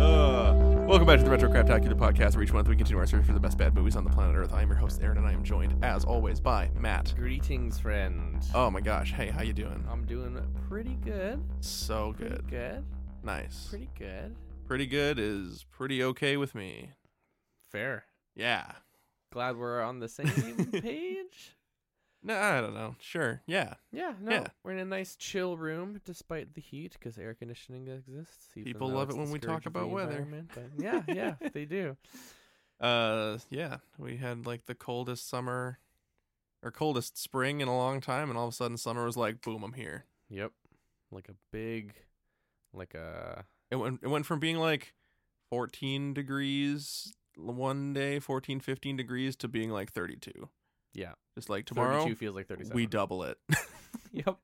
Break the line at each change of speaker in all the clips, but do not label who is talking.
Uh, Welcome back to the Retro Craptacular podcast, where each month we continue our search for the best bad movies on the planet Earth. I am your host Aaron, and I am joined, as always, by Matt.
Greetings, friend.
Oh my gosh! Hey, how you doing?
I'm doing pretty good.
So
Pretty
good.
good.
Nice.
Pretty good.
Pretty good is pretty okay with me.
Fair.
Yeah.
Glad we're on the same page.
No, I don't know. Sure. Yeah.
Yeah, no.
Yeah.
We're in a nice chill room despite the heat because air conditioning exists. even
People
though
love
it's
it when
the
we talk
scourge of the
about weather.
environment, but yeah, yeah, they do.
Uh, yeah. We had like the coldest summer, or coldest spring in a long time, and all of a sudden summer was like, boom, I'm here.
Yep. Like a big, like a.
It went. It went from being like 14 degrees l- one day, 14, 15 degrees, to being like 32.
Yeah.
Just like tomorrow,
32 feels like 37.
we double it.
Yep.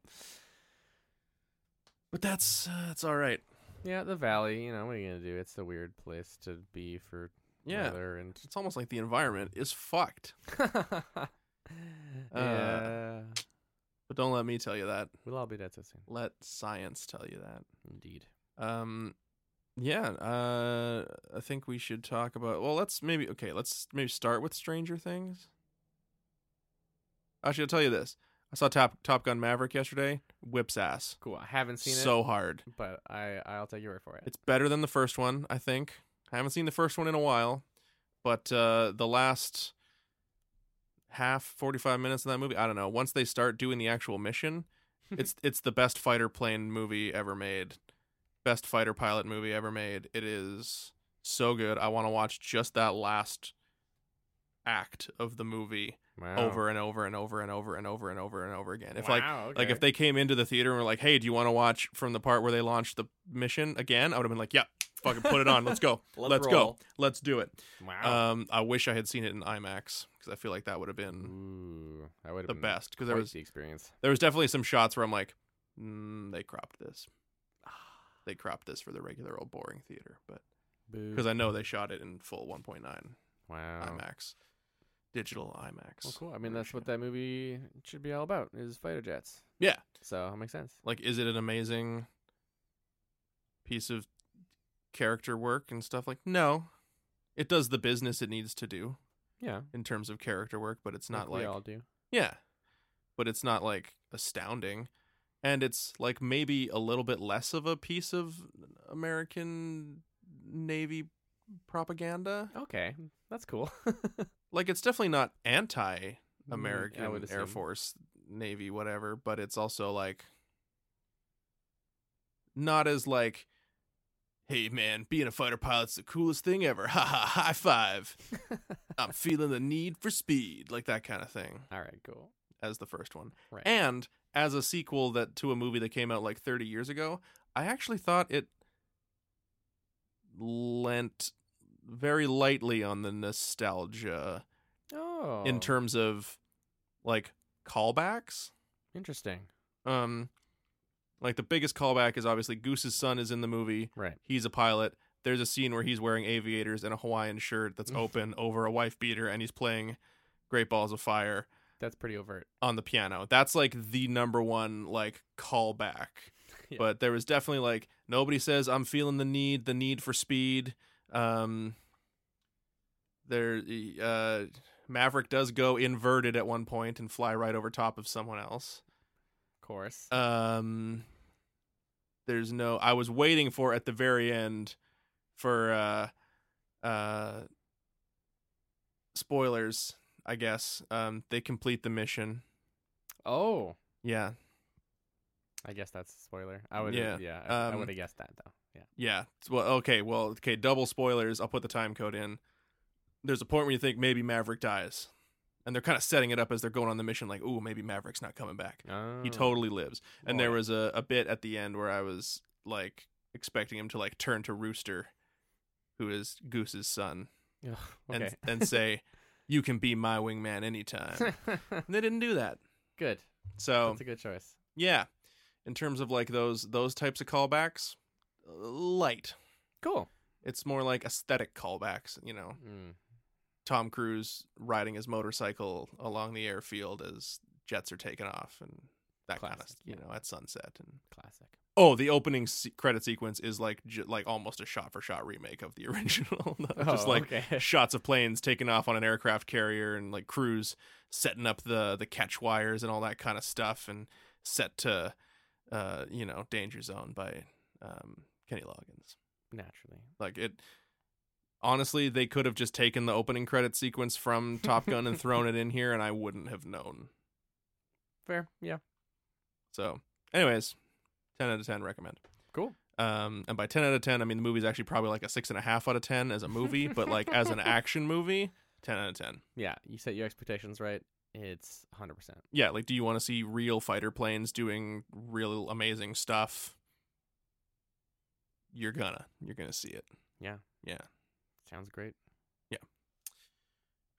but that's uh, that's all right.
Yeah, the valley, you know, what are you going to do? It's a weird place to be for
Yeah.
weather and
It's almost like the environment is fucked.
yeah.
Uh, But don't let me tell you that.
We'll all be dead so soon.
Let science tell you that.
Indeed.
Um, yeah, uh, I think we should talk about. Well, let's maybe okay. Let's maybe start with Stranger Things. Actually, I'll tell you this. I saw Top Top Gun Maverick yesterday. Whips ass
Cool. I haven't seen
so hard.
it, but I I'll take your word for it.
It's better than the first one, I think. I haven't seen the first one in a while, but uh, the last half forty five minutes of that movie, I don't know. Once they start doing the actual mission, it's it's the best fighter plane movie ever made, best fighter pilot movie ever made. It is so good. I want to watch just that last act of the movie
Wow.
over and over and over and over and over and over and over again. If like
Wow,
like if
okay.
they came into the theater and were like, "Hey, do you want to watch from the part where they launched the mission again?" I would have been like, "Yep, fucking put it on. Let's go. Let's, go.
roll.
Let's do it."
Wow.
Um, I wish I had seen it in IMAX because I feel like that would have been
Ooh, that would have
Um, the
been
best. Because there
quite
was
the experience.
there was definitely some shots where I'm like, mm, "They cropped this. They cropped this for the regular old boring theater," but
Mm.
because I know they shot it in full 1.9
wow.
IMAX, digital IMAX.
Oh. Well, cool. I mean, that's
version.
what that movie should be all about is fighter jets.
Yeah.
So it makes sense.
like is it an amazing piece of character work and stuff like no it does the business it needs to do
Yeah.
in terms of character work but it's not
we
like
all do.
yeah but it's not like astounding and it's like maybe a little bit less of a piece of american navy propaganda
Okay, that's cool.
like it's definitely not anti
Mm, I would
American Air
assume.
Force, Navy, whatever, but it's also like not as like, hey man, being a fighter pilot's the coolest thing ever. Ha ha, high five. I'm feeling the need for speed, like that kind of thing,
all right, cool.
as the first one.
Right.
And as a sequel that to a movie that came out like 30 years ago, I actually thought it lent very lightly on the nostalgia
oh,
in terms of like callbacks.
interesting.
Um like the biggest callback is obviously Goose's son is in the movie.
Right.
He's a pilot. There's a scene where he's wearing aviators and a Hawaiian shirt that's open over a wife beater and he's playing Great Balls of Fire
That's pretty overt.
on the piano. That's like the number one like callback.
Yeah.
But there was definitely like nobody says I'm feeling the need, the need for speed. Um there uh Maverick does go inverted at one point and fly right over top of someone else.
Of course.
Um there's no I was waiting for at the very end for uh uh spoilers, I guess. Um they complete the mission.
oh.
Yeah.
I guess that's a spoiler. I would
Yeah,
yeah, I,
um,
would have guessed that though. Yeah.
Yeah. Well, okay. Well, okay. Double spoilers. I'll put the time code in. There's a point where you think maybe Maverick dies, and they're kind of setting it up as they're going on the mission, like, "Ooh, maybe Maverick's not coming back. He
Hmm.
totally lives." And there
Right.
was a, a bit at the end where I was like expecting him to like turn to Rooster, who is Goose's son,
Ugh, okay.
and and say, "You can be my wingman anytime." and they didn't do that.
good.
um, So
That's a good choice.
yeah, in terms of like those those types of callbacks, light.
Cool.
It's more like aesthetic callbacks, you know.
Mm.
Tom Cruise riding his motorcycle along the airfield as jets are taking off and that kind of,
Classic,
you
yeah.
know, at sunset and
Classic.
Oh, the opening se- credit sequence is like j- like almost a shot for shot remake of the original. just
Oh,
like
okay.
shots of planes taking off on an aircraft carrier and like crews setting up the the catch wires and all that kind of stuff and set to uh you know danger zone by um kenny loggins
naturally.
like it honestly they could have just taken the opening credit sequence from top gun and thrown it in here and i wouldn't have known
Fair. Yeah.
so anyways 10 out of 10 recommend
Cool.
um and by 10 out of 10 i mean the movie's actually probably like a six and a half out of 10 as a movie but like as an action movie 10 out of 10
Yeah, you set your expectations right. It's 100%.
yeah, like, do you want to see real fighter planes doing real amazing stuff? You're gonna, you're gonna see it.
Sounds great.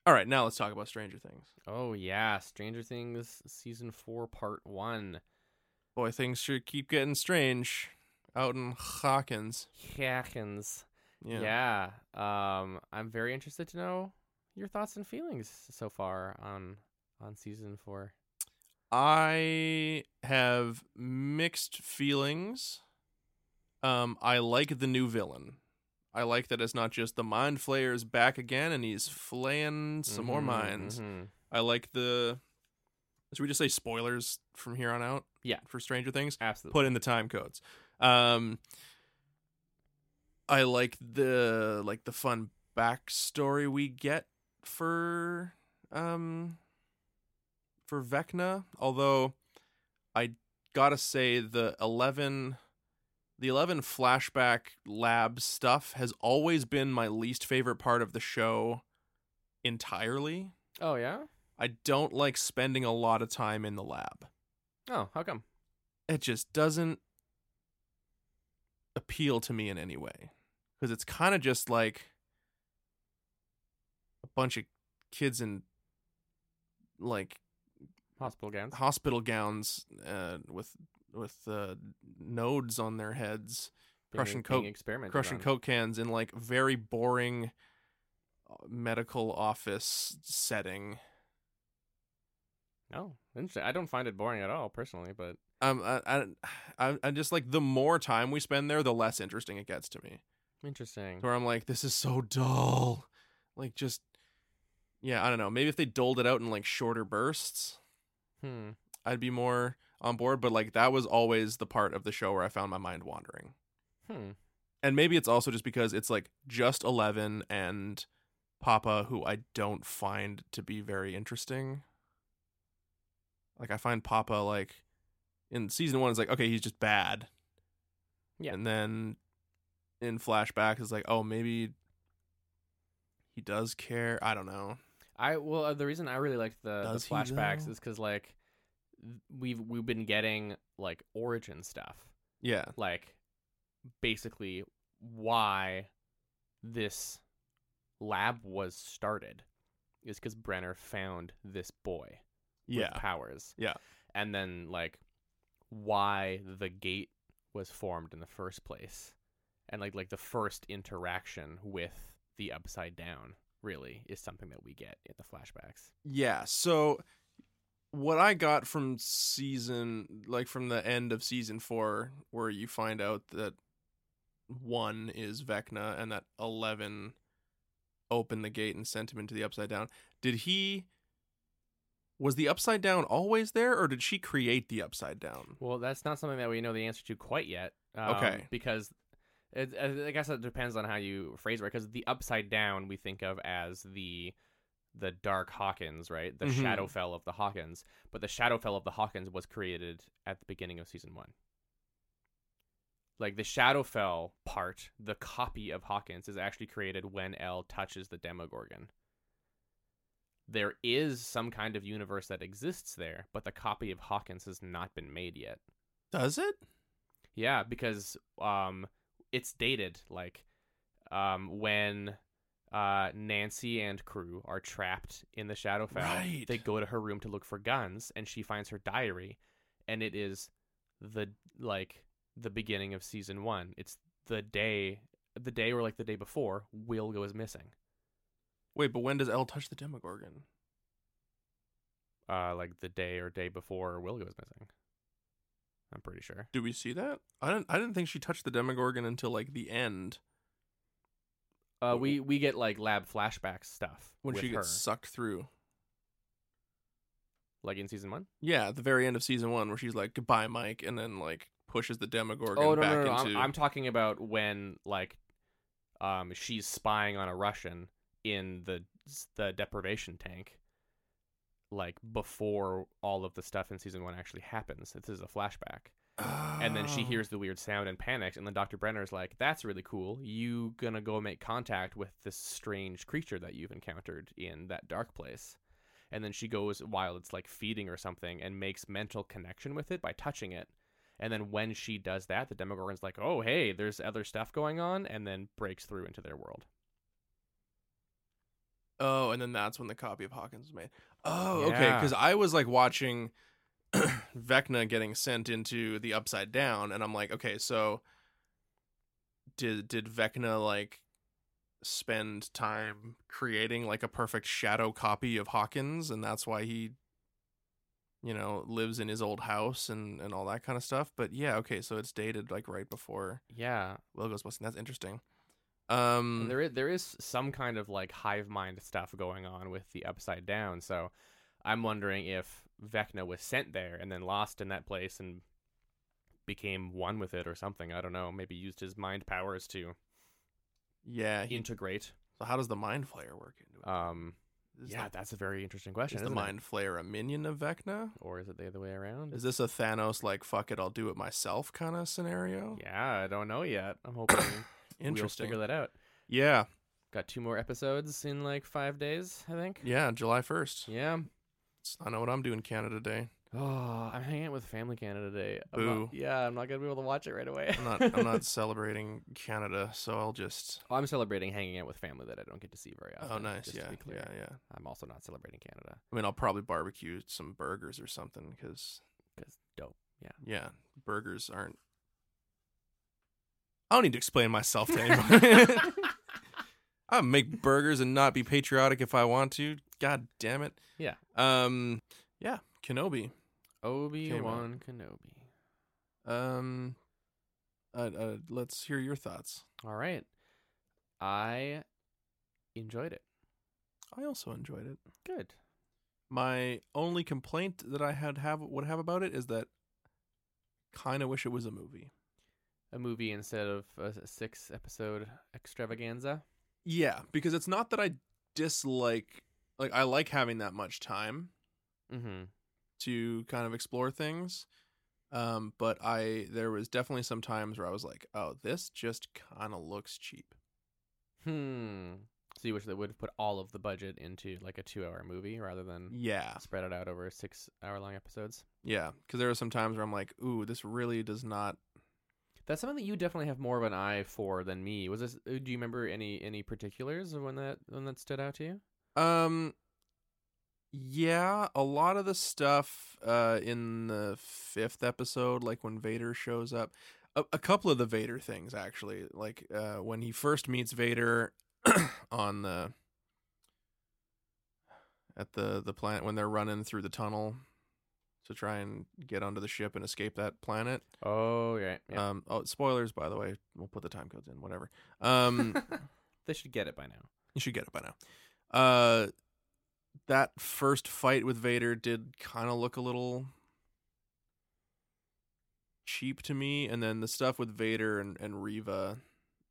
All right, now let's talk about Stranger Things.
Oh, yeah. Stranger Things Season 4, Part 1.
Boy, things sure keep getting strange out in Hawkins.
Hackens.
Yeah,
Yeah. Um, I'm very interested to know your thoughts and feelings so far on on season four.
I have mixed feelings. Um, I like the new villain. I like that it's not just the mind flayer's back again, and he's flaying some more
Mhm,
minds.
mhm.
I like the. Should we just say spoilers from here on out?
Yeah.
For Stranger Things,
Absolutely.
put in the time codes. Um, I like the like the fun backstory we get for um for Vecna. Although I gotta say the eleven. The 11 flashback lab stuff has always been my least favorite part of the show entirely.
oh yeah.
I don't like spending a lot of time in the lab.
Oh, how come?
It just doesn't appeal to me in any way because it's kind of just like a bunch of kids in like
Hospital gowns.
hospital gowns uh, with with uh, nodes on their heads,
being-
crushing
being
coke-
experimented
crushing
on.
coke cans in like very boring uh, medical office setting.
Oh, interesting. I don't find it boring at all personally, but
um, I, I, I, I just like the more time we spend there, the less interesting it gets to me.
interesting.
Where I'm like, this is so dull. Like, just, yeah, I don't know. Maybe if they doled it out in like shorter bursts,
Hmm.
I'd be more on board. But like, that was always the part of the show where I found my mind wandering.
Hmm.
And maybe it's also just because it's like just 11 and Papa, who I don't find to be very interesting. Like, I find Papa, like, in season one, it's like, okay, he's just bad.
Yeah.
And then in flashbacks, it's like, oh, maybe he does care. I don't know.
I well, uh, the reason I really liked the, the
Does he,
flashbacks
though?
is because like th- we've we've been getting like origin stuff.
Yeah.
like basically why this lab was started is because Brenner found this boy
Yeah.
with powers.
Yeah.
And then like why the gate was formed in the first place. And like like the first interaction with the upside down really is something that we get in the flashbacks.
Yeah. So what I got from season like from the end of season 4 where you find out that 1 is Vecna and that 11 opened the gate and sent him into the upside down. Did he was the upside down always there or did she create the upside down?
Well, that's not something that we know the answer to quite yet. um,
Okay.
Because it, I I guess it depends on how you phrase it, because the upside down we think of as the the dark Hawkins, right? The
Mhm.
Shadowfell of the Hawkins, but the Shadowfell of the Hawkins was created at the beginning of season one. Like the Shadowfell part, the copy of Hawkins is actually created when L touches the Demogorgon. There is some kind of universe that exists there, but the copy of Hawkins has not been made yet.
Does it?
Yeah, because um, it's dated like um when uh Nancy and crew are trapped in the Shadowfell.
Right.
They go to her room to look for guns, and she finds her diary, and it is the like the beginning of season one. It's the day, the day or like the day before, Will goes missing.
Wait, but when does Elle touch the Demogorgon?
Uh, like the day or day before Will goes missing. I'm pretty sure.
Do we see that? I didn't. I didn't think she touched the Demogorgon until like the end
Uh,
Wh-
we we get like lab flashback stuff
when
with
she gets
her,
sucked through.
like in season one.
Yeah, at the very end of season one, where she's like, "Goodbye, Mike," and then like pushes the Demogorgon
oh no
back
no no!
into.
I'm, I'm talking about when like, um, she's spying on a Russian in the the deprivation tank. Like before all of the stuff in season one actually happens. This is a flashback. and then she
Oh.
hears the weird sound and panics and then dr brenner's like that's really cool you gonna go make contact with this strange creature that you've encountered in that dark place and then she goes while it's like feeding or something and makes mental connection with it by touching it and then when she does that the demogorgon's like oh hey there's other stuff going on and then breaks through into their world
Oh, and then that's when the copy of Hawkins was made. Oh, okay.
Yeah.
Because I was like watching Vecna getting sent into the Upside Down, and I'm like, okay, so did did Vecna like spend time creating like a perfect shadow copy of Hawkins, and that's why he, you know, lives in his old house and and all that kind of stuff. But yeah, okay, so it's dated like right before
yeah
Will goes busting. That's interesting. Um,
And there is there is some kind of like hive mind stuff going on with the upside down. So I'm wondering if Vecna was sent there and then lost in that place and became one with it or something. I don't know. Maybe used his mind powers to
yeah. he-
integrate.
so how does the Mind Flayer work into it?
Um,
Is
yeah,
the-
that's a very interesting question.
is the
isn't it?
Mind Flayer a minion of Vecna?
or is it the other way around?
Is this a Thanos like fuck it, I'll do it myself kind of scenario?
yeah, I don't know yet. I'm hoping we'll
Interesting.
figure that out.
yeah,
Got two more episodes in like five days, I think.
yeah, July first.
yeah.
I know what I'm doing Canada Day.
Oh, I'm hanging out with Family Canada today. I'm
Boo.
not- yeah, I'm not gonna be able to watch it right away.
I'm not I'm not celebrating Canada, so I'll just.
Oh, I'm celebrating hanging out with family that I don't get to see very often.
Oh, nice.
just
Yeah,
to be clear.
yeah, yeah.
I'm also not celebrating Canada
I mean, I'll probably barbecue some burgers or something because
because dope.
yeah, burgers aren't. I don't need to explain myself to anyone. I make burgers and not be patriotic if I want to. God damn it.
Yeah.
Um. Yeah. Kenobi.
Obi Wan
Obi-Wan
Kenobi.
Um. Uh, uh, let's hear your thoughts.
All right, I enjoyed it.
I also enjoyed it.
Good.
My only complaint that I had have would have about it is that kind of wish it was a movie.
A movie instead of a s- six episode extravaganza.
Yeah, because it's not that I dislike like I like having that much time
Mm-hmm.
to kind of explore things. Um, but I there was definitely some times where I was like, "Oh, this just kind of looks cheap."
Hmm. So you wish they would have put all of the budget into like a two-hour movie rather than
Yeah.
spread it out over six-hour-long episodes.
Yeah, because there were some times where I'm like, "Ooh, this really does not."
That's something that you definitely have more of an eye for than me. Was this? uh, Do you remember any any particulars of when that when that stood out to you?
Um, yeah, a lot of the stuff uh, in the fifth episode, like when Vader shows up, a, a couple of the Vader things actually, like uh, when he first meets Vader on the at the the planet when they're running through the tunnel to try and get onto the ship and escape that planet.
Oh yeah, yeah.
Um, oh, spoilers by the way. We'll put the time codes in, whatever. Um.
they should get it by now.
You should get it by now. Uh, that first fight with Vader did kind of look a little cheap to me, and then the stuff with Vader and and Riva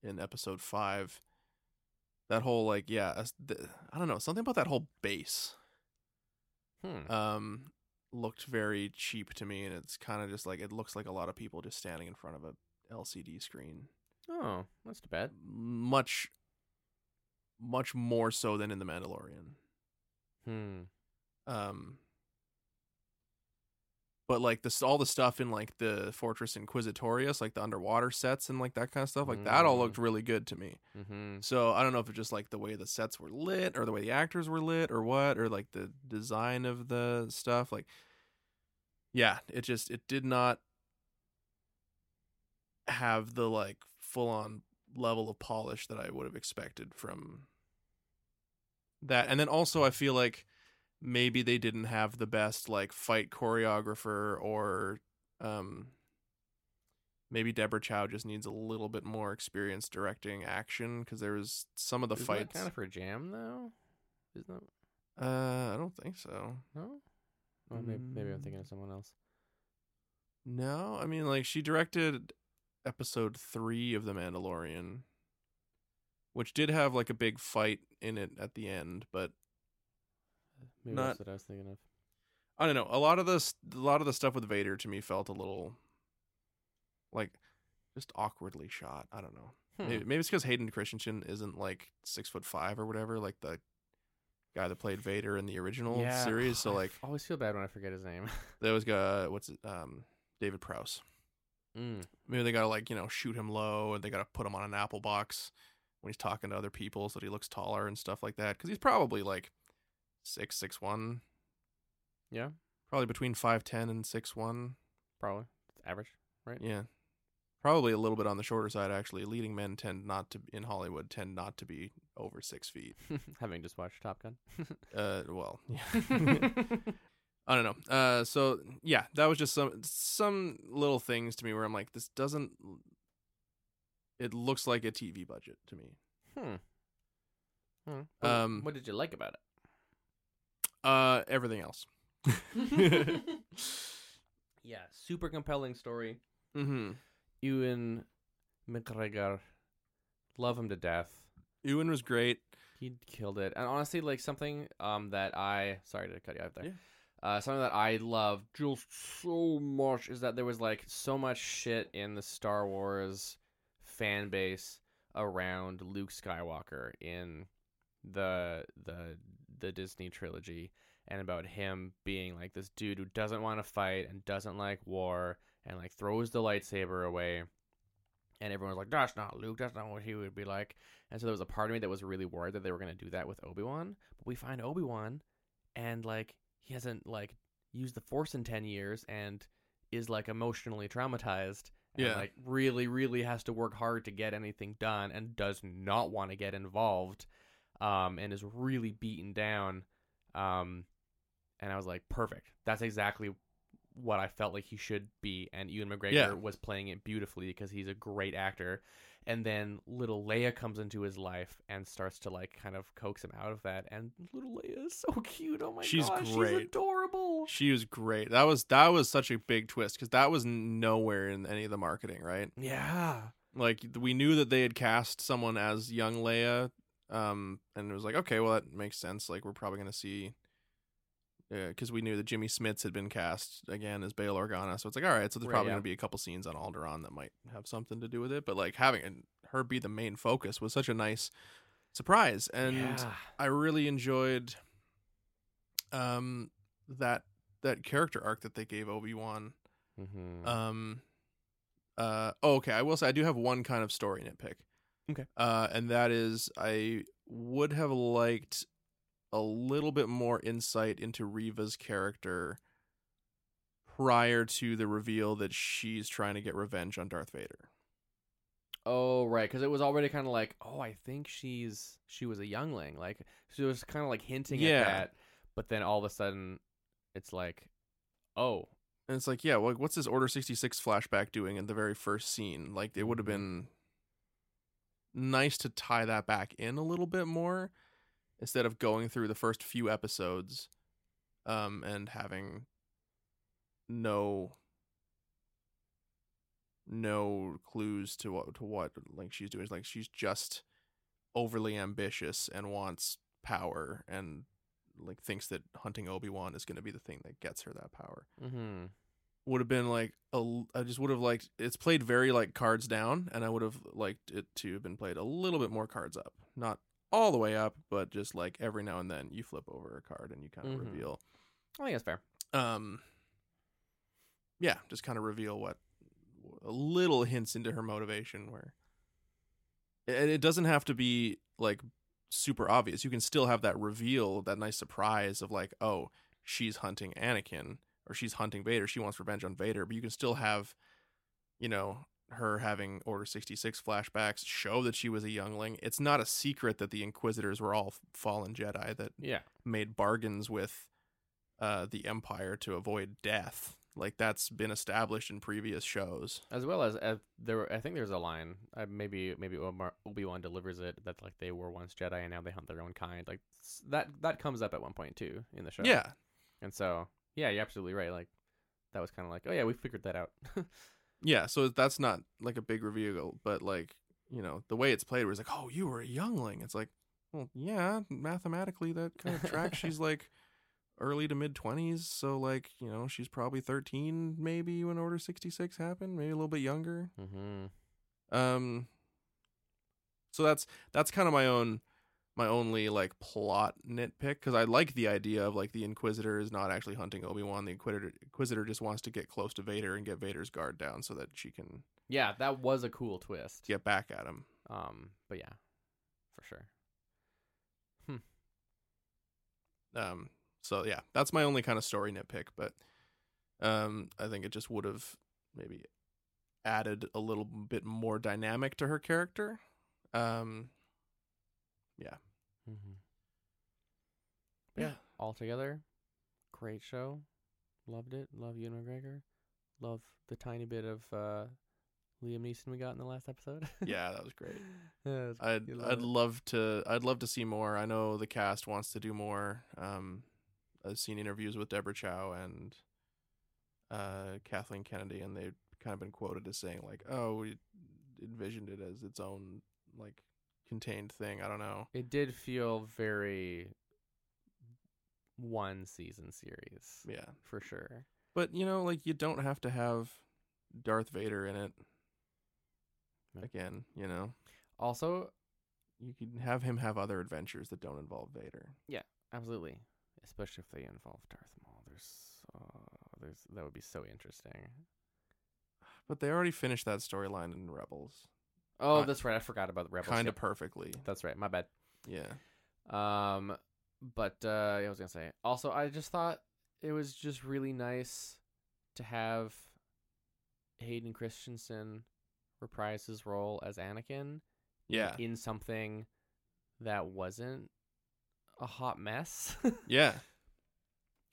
in Episode Five, that whole like yeah, us- th- I don't know something about that whole base
Hmm.
um looked very cheap to me, and it's kind of just like it looks like a lot of people just standing in front of a LCD screen,
oh, that's too bad.
much much more so than in the Mandalorian.
Hmm.
Um, but like this, all the stuff in like the Fortress Inquisitorius, like the underwater sets and like that kind of stuff, like that all
Mm.
looked really good to me.
Mm-hmm.
So I don't know if it's just like the way the sets were lit, or the way the actors were lit, or what, or like the design of the stuff. Like, yeah, it just it did not have the like full on level of polish that I would have expected from that. And then also I feel like maybe they didn't have the best like fight choreographer or um maybe Deborah Chow just needs a little bit more experience directing action because there was some of the
Isn't that
fights.
kind of her jam though. Isn't that
Uh, I don't think so.
no? Oh, maybe, maybe I'm thinking of someone else.
No, I mean like she directed episode three of The Mandalorian, which did have like a big fight in it at the end, but
Maybe
Not-
that's what I was thinking of.
I don't know. A lot of this, a lot of the stuff with Vader to me felt a little like just awkwardly shot. I don't know.
Hmm.
Maybe, maybe it's because Hayden Christensen isn't like six foot five or whatever, like the guy that played Vader in the original
Yeah,
series. So
I
like
f- always feel bad when I forget his name.
there was uh, what's it, um David Prowse.
mm.
Maybe they gotta like you know shoot him low, and they gotta put him on an apple box when he's talking to other people so that he looks taller and stuff like that. Because he's probably like six six one,
Yeah,
probably between five ten and six one.
probably It's average.
Yeah. Probably a little bit on the shorter side, actually. Leading men tend not to, in Hollywood, tend not to be over six feet.
Having just watched Top Gun.
Uh, well, yeah. I don't know. Uh, so yeah, that was just some some little things to me where I'm like, this doesn't. It looks like a TV budget to me.
hmm. Hmm.
Um,
Um, what did you like about
Uh, everything else.
it? yeah, super compelling story.
Mm-hmm.
Ewan McGregor, love him to death.
Ewan was great.
He killed it. And honestly, like something um that I sorry to cut you out there.
Yeah.
Uh, something that I love just so much is that there was like so much shit in the Star Wars fan base around Luke Skywalker in the the the Disney trilogy and about him being like this dude who doesn't want to fight and doesn't like war and like throws the lightsaber away and everyone's like that's not Luke that's not what he would be like and so there was a part of me that was really worried that they were going to do that with Obi-Wan but we find Obi-Wan and like he hasn't like used the force in 10 years and is like emotionally traumatized and
Yeah.
like really really has to work hard to get anything done and does not want to get involved um and is really beaten down um and i was like perfect that's exactly what i felt like he should be and ewan mcgregor
Yeah.
was playing it beautifully because he's a great actor and then little leia comes into his life and starts to like kind of coax him out of that and little leia is so cute oh my
She's
gosh she's
great.
adorable
She was great. That was that was such a big twist because that was nowhere in any of the marketing, right?
yeah
like we knew that they had cast someone as young Leia, um, and it was like, okay, well that makes sense. Like we're probably gonna see, because we knew that Jimmy Smits had been cast again as Bail Organa, so it's like, all right, so there's
Right,
probably
yeah.
gonna be a couple scenes on Alderaan that might have something to do with it. But like having and her be the main focus was such a nice surprise, and uh,
Yeah.
I really enjoyed, um, that that character arc that they gave Obi Wan.
Mhm.
Um. Uh. Oh, okay. I will say I do have one kind of story nitpick.
Okay.
Uh, and that is I would have liked a little bit more insight into Riva's character prior to the reveal that she's trying to get revenge on Darth Vader.
Oh right, because it was already kind of like, oh, I think she's she was a youngling, like she was kind of like hinting
Yeah.
at that, but then all of a sudden, it's like, oh,
And it's like, yeah, well, what's this Order 66 flashback doing in the very first scene? Like, it would have been nice to tie that back in a little bit more instead of going through the first few episodes um, and having no no clues to what to what like she's doing like she's just overly ambitious and wants power and like thinks that hunting Obi-Wan is going to be the thing that gets her that power
mm-hmm.
would have been like a l- I just would have liked it's played very like cards down and I would have liked it to have been played a little bit more cards up not all the way up but just like every now and then you flip over a card and you kind of
Mhm.
reveal
I think that's fair.
um yeah just kind of reveal what a little hints into her motivation where and it doesn't have to be like super obvious you can still have that reveal that nice surprise of like oh she's hunting Anakin or she's hunting Vader she wants revenge on Vader but you can still have you know her having order 66 flashbacks show that she was a youngling it's not a secret that the inquisitors were all fallen jedi that
Yeah,
made bargains with uh, the Empire to avoid death. Like that's been established in previous shows.
As well as uh, there, were- I think there's a line. Uh, maybe maybe Obi Wan delivers it that like they were once Jedi and now they hunt their own kind. Like s- that that comes up at one point too in the show.
Yeah,
And so yeah, you're absolutely right. Like that was kind of like oh yeah, we figured that out.
yeah. So that's not like a big reveal, but like you know the way it's played, where it's like, oh, you were a youngling. It's like, well, yeah, mathematically that kind of tracks. she's like early to mid twenties, so like you know she's probably thirteen, maybe when Order sixty six happened, maybe a little bit younger.
mm-hmm.
Um so that's that's kind of my own my only like plot nitpick cuz I like the idea of like the inquisitor is not actually hunting Obi-Wan the inquisitor inquisitor just wants to get close to Vader and get Vader's guard down so that she can
Yeah, that was a cool twist.
get back at him.
Um, but yeah, for sure.
Um so yeah, that's my only kind of story nitpick, but um I think it just would have maybe added a little bit more dynamic to her character. Um
Mm-hmm.
yeah,
Altogether, great show. Loved it. Love Ewan McGregor. Love the tiny bit of uh, Liam Neeson we got in the last episode.
yeah, Uh, that was great.
Yeah, it's-
I'd
You love
I'd
it.
love to I'd love to see more. I know the cast wants to do more. Um, I've seen interviews with Deborah Chow and uh, Kathleen Kennedy, and they've kind of been quoted as saying like, "Oh, we envisioned it as its own like contained thing." I don't know.
it did feel very one season series
Yeah,
for sure.
but you know, like you don't have to have Darth Vader in it.
Yeah.
Again, you know,
Also,
you can have him have other adventures that don't involve Vader.
absolutely, especially if they involve Darth Maul. There's, uh, there's that would be so interesting.
But they already finished that storyline in Rebels,
Oh,
Ki-
that's right. I forgot about the Rebels.
kind of
Yep,
perfectly.
That's right. My bad.
Yeah.
Um, but uh, I was gonna say. Also, I just thought it was just really nice to have Hayden Christensen reprise his role as Anakin.
Yeah.
In something that wasn't a hot mess.
Yeah.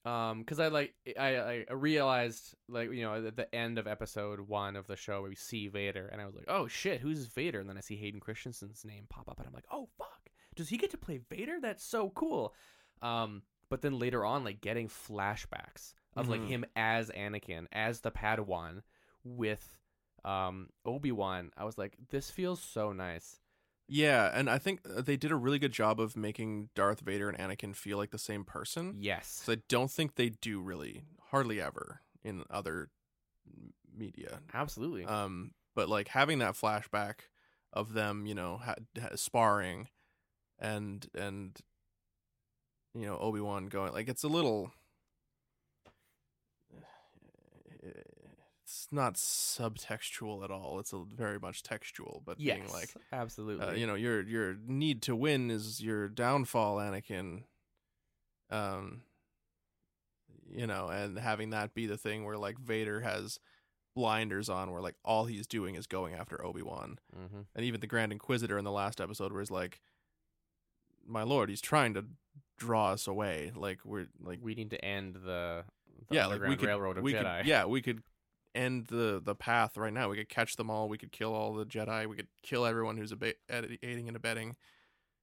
um, because I like I I realized like you know at the end of episode one of the show where we see Vader and I was like oh shit who's Vader and then I see Hayden Christensen's name pop up and I'm like oh fuck does he get to play Vader that's so cool, um but then later on like getting flashbacks of like
Mhm.
him as Anakin as the Padawan with um Obi Wan I was like this feels so nice
Yeah. And I think uh, they did a really good job of making Darth Vader and Anakin feel like the same person.
yes
'Cause I don't think they do really, hardly ever in other m- media.
absolutely
Um, but like having that flashback of them, you know, ha- ha- sparring and, and, you know, Obi Wan going, like, it's a little. It's not subtextual at all. It's a very much textual, but
yes
being like,
absolutely
Uh, you know, your your need to win is your downfall, Anakin. Um, you know, and having that be the thing where like Vader has blinders on, where like all he's doing is going after Obi Wan,
mm-hmm.
and even the Grand Inquisitor in the last episode, where he's like, "My lord, he's trying to draw us away. Like we're like
we need to end the, the
yeah, like
underground
we could
railroad of
we
Jedi.
could yeah, we could end the the path right now. We could catch them all. We could kill all the Jedi. We could kill everyone who's aba- ed- aiding and abetting."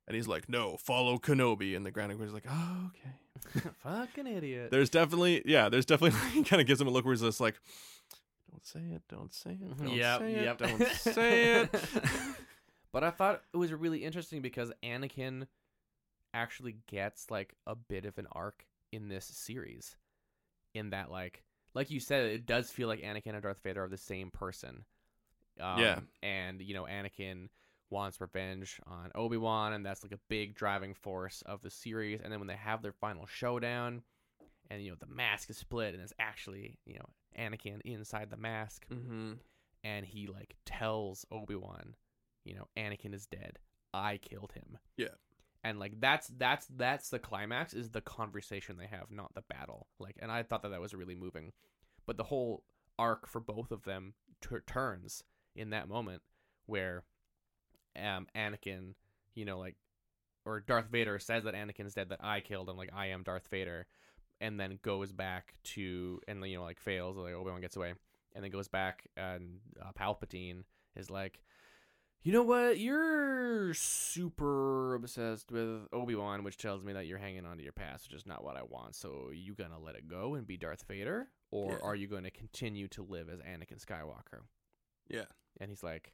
And he's like, "No, follow Kenobi." And the Grand Inquisitor's like, "Oh, okay."
Fucking idiot.
There's definitely yeah, there's definitely he kind of gives him a look where he's just like, "Don't say it. Don't say it. Mm-hmm. Don't
Yep,
say
Mm-hmm. yep.
it. Don't say it."
but I thought it was really interesting because Anakin actually gets like a bit of an arc in this series. In that, like, like you said, it does feel like Anakin and Darth Vader are the same person. Um,
Yeah.
And you know, Anakin wants revenge on Obi Wan, and that's like a big driving force of the series. And then when they have their final showdown, and you know the mask is split, and it's actually you know Anakin inside the mask
hmm
and he like tells Obi-Wan, you know, Anakin is dead. I killed him.
Yeah.
And like that's that's that's the climax is the conversation they have, not the battle. Like and I thought that that was really moving. But the whole arc for both of them tur turns in that moment where um Anakin, you know, like or Darth Vader says that Anakin's dead that I killed him like I am Darth Vader. and then goes back to and you know like fails like Obi Wan gets away and then goes back and uh, Palpatine is like, you know what? You're super obsessed with Obi Wan, which tells me that you're hanging on to your past, which is not what I want. So you gonna let it go and be Darth Vader, or
Yeah.
are you gonna continue to live as Anakin Skywalker?
Yeah.
And he's like,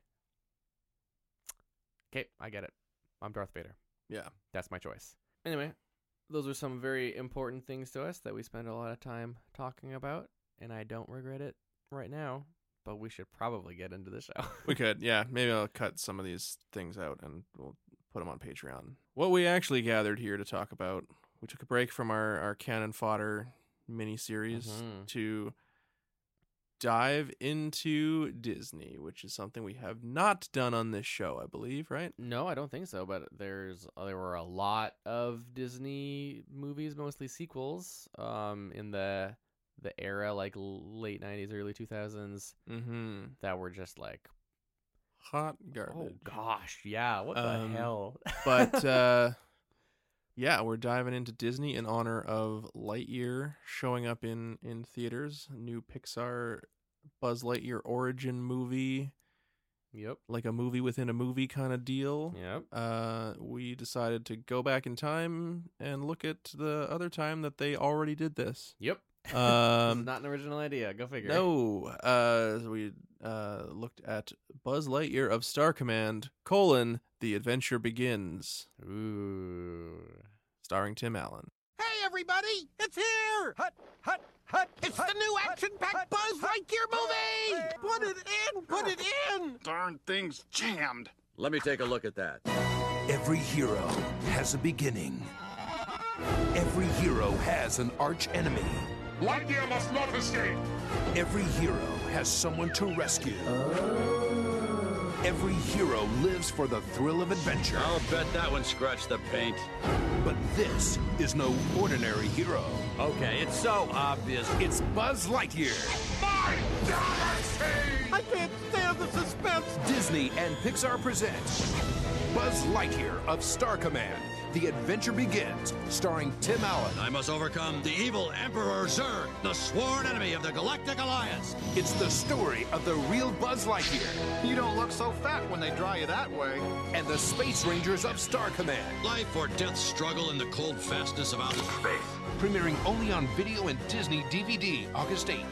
okay, I get it. I'm Darth Vader.
Yeah.
That's my choice. Anyway, those are some very important things to us that we spend a lot of time talking about, and I don't regret it right now, but we should probably get into the show.
We could, yeah. Maybe I'll cut some of these things out and we'll put them on Patreon. What we actually gathered here to talk about, we took a break from our, our cannon fodder mini series
Mhm.
to dive into Disney, which is something we have not done on this show, I believe, right?
No, I don't think so, but there's there were a lot of Disney movies, mostly sequels, um in the the era like l- late 90s early 2000s
Mm-hmm.
that were just like
Hot garbage.
oh gosh, yeah, what the
Um,
hell?
but uh, yeah, we're diving into Disney in honor of Lightyear showing up in in theaters. New Pixar Buzz Lightyear origin movie,
yep.
like a movie within a movie kind of deal.
Yep.
Uh, we decided to go back in time and look at the other time that they already did this.
Yep. this is
Um,
not an original idea. Go figure.
no, uh, we uh looked at Buzz Lightyear of Star Command: colon The Adventure Begins,
Ooh.
starring Tim Allen.
Hey, everybody! It's here! Hut, hut, hut! It's the new action-packed Buzz Lightyear movie! Put it in! Put it in!
darn thing's jammed.
Let me take a look at that.
Every hero has a beginning. Every hero has an arch enemy.
Lightyear must not escape.
Every hero has someone to rescue. Every hero lives for the thrill of adventure.
I'll bet that one scratched the paint.
But this is no ordinary hero.
Okay, it's so obvious.
It's Buzz Lightyear.
My galaxy!
I can't stand the suspense!
Disney and Pixar presents Buzz Lightyear of Star Command. The adventure begins, starring Tim Allen.
I must overcome the evil Emperor Zurg, the sworn enemy of the Galactic Alliance.
It's the story of the real Buzz Lightyear
You don't look so fat when they dry you that way.
and the Space Rangers of Star Command.
Life or death struggle in the cold fastness of outer space.
Premiering only on video and Disney DVD August 8th.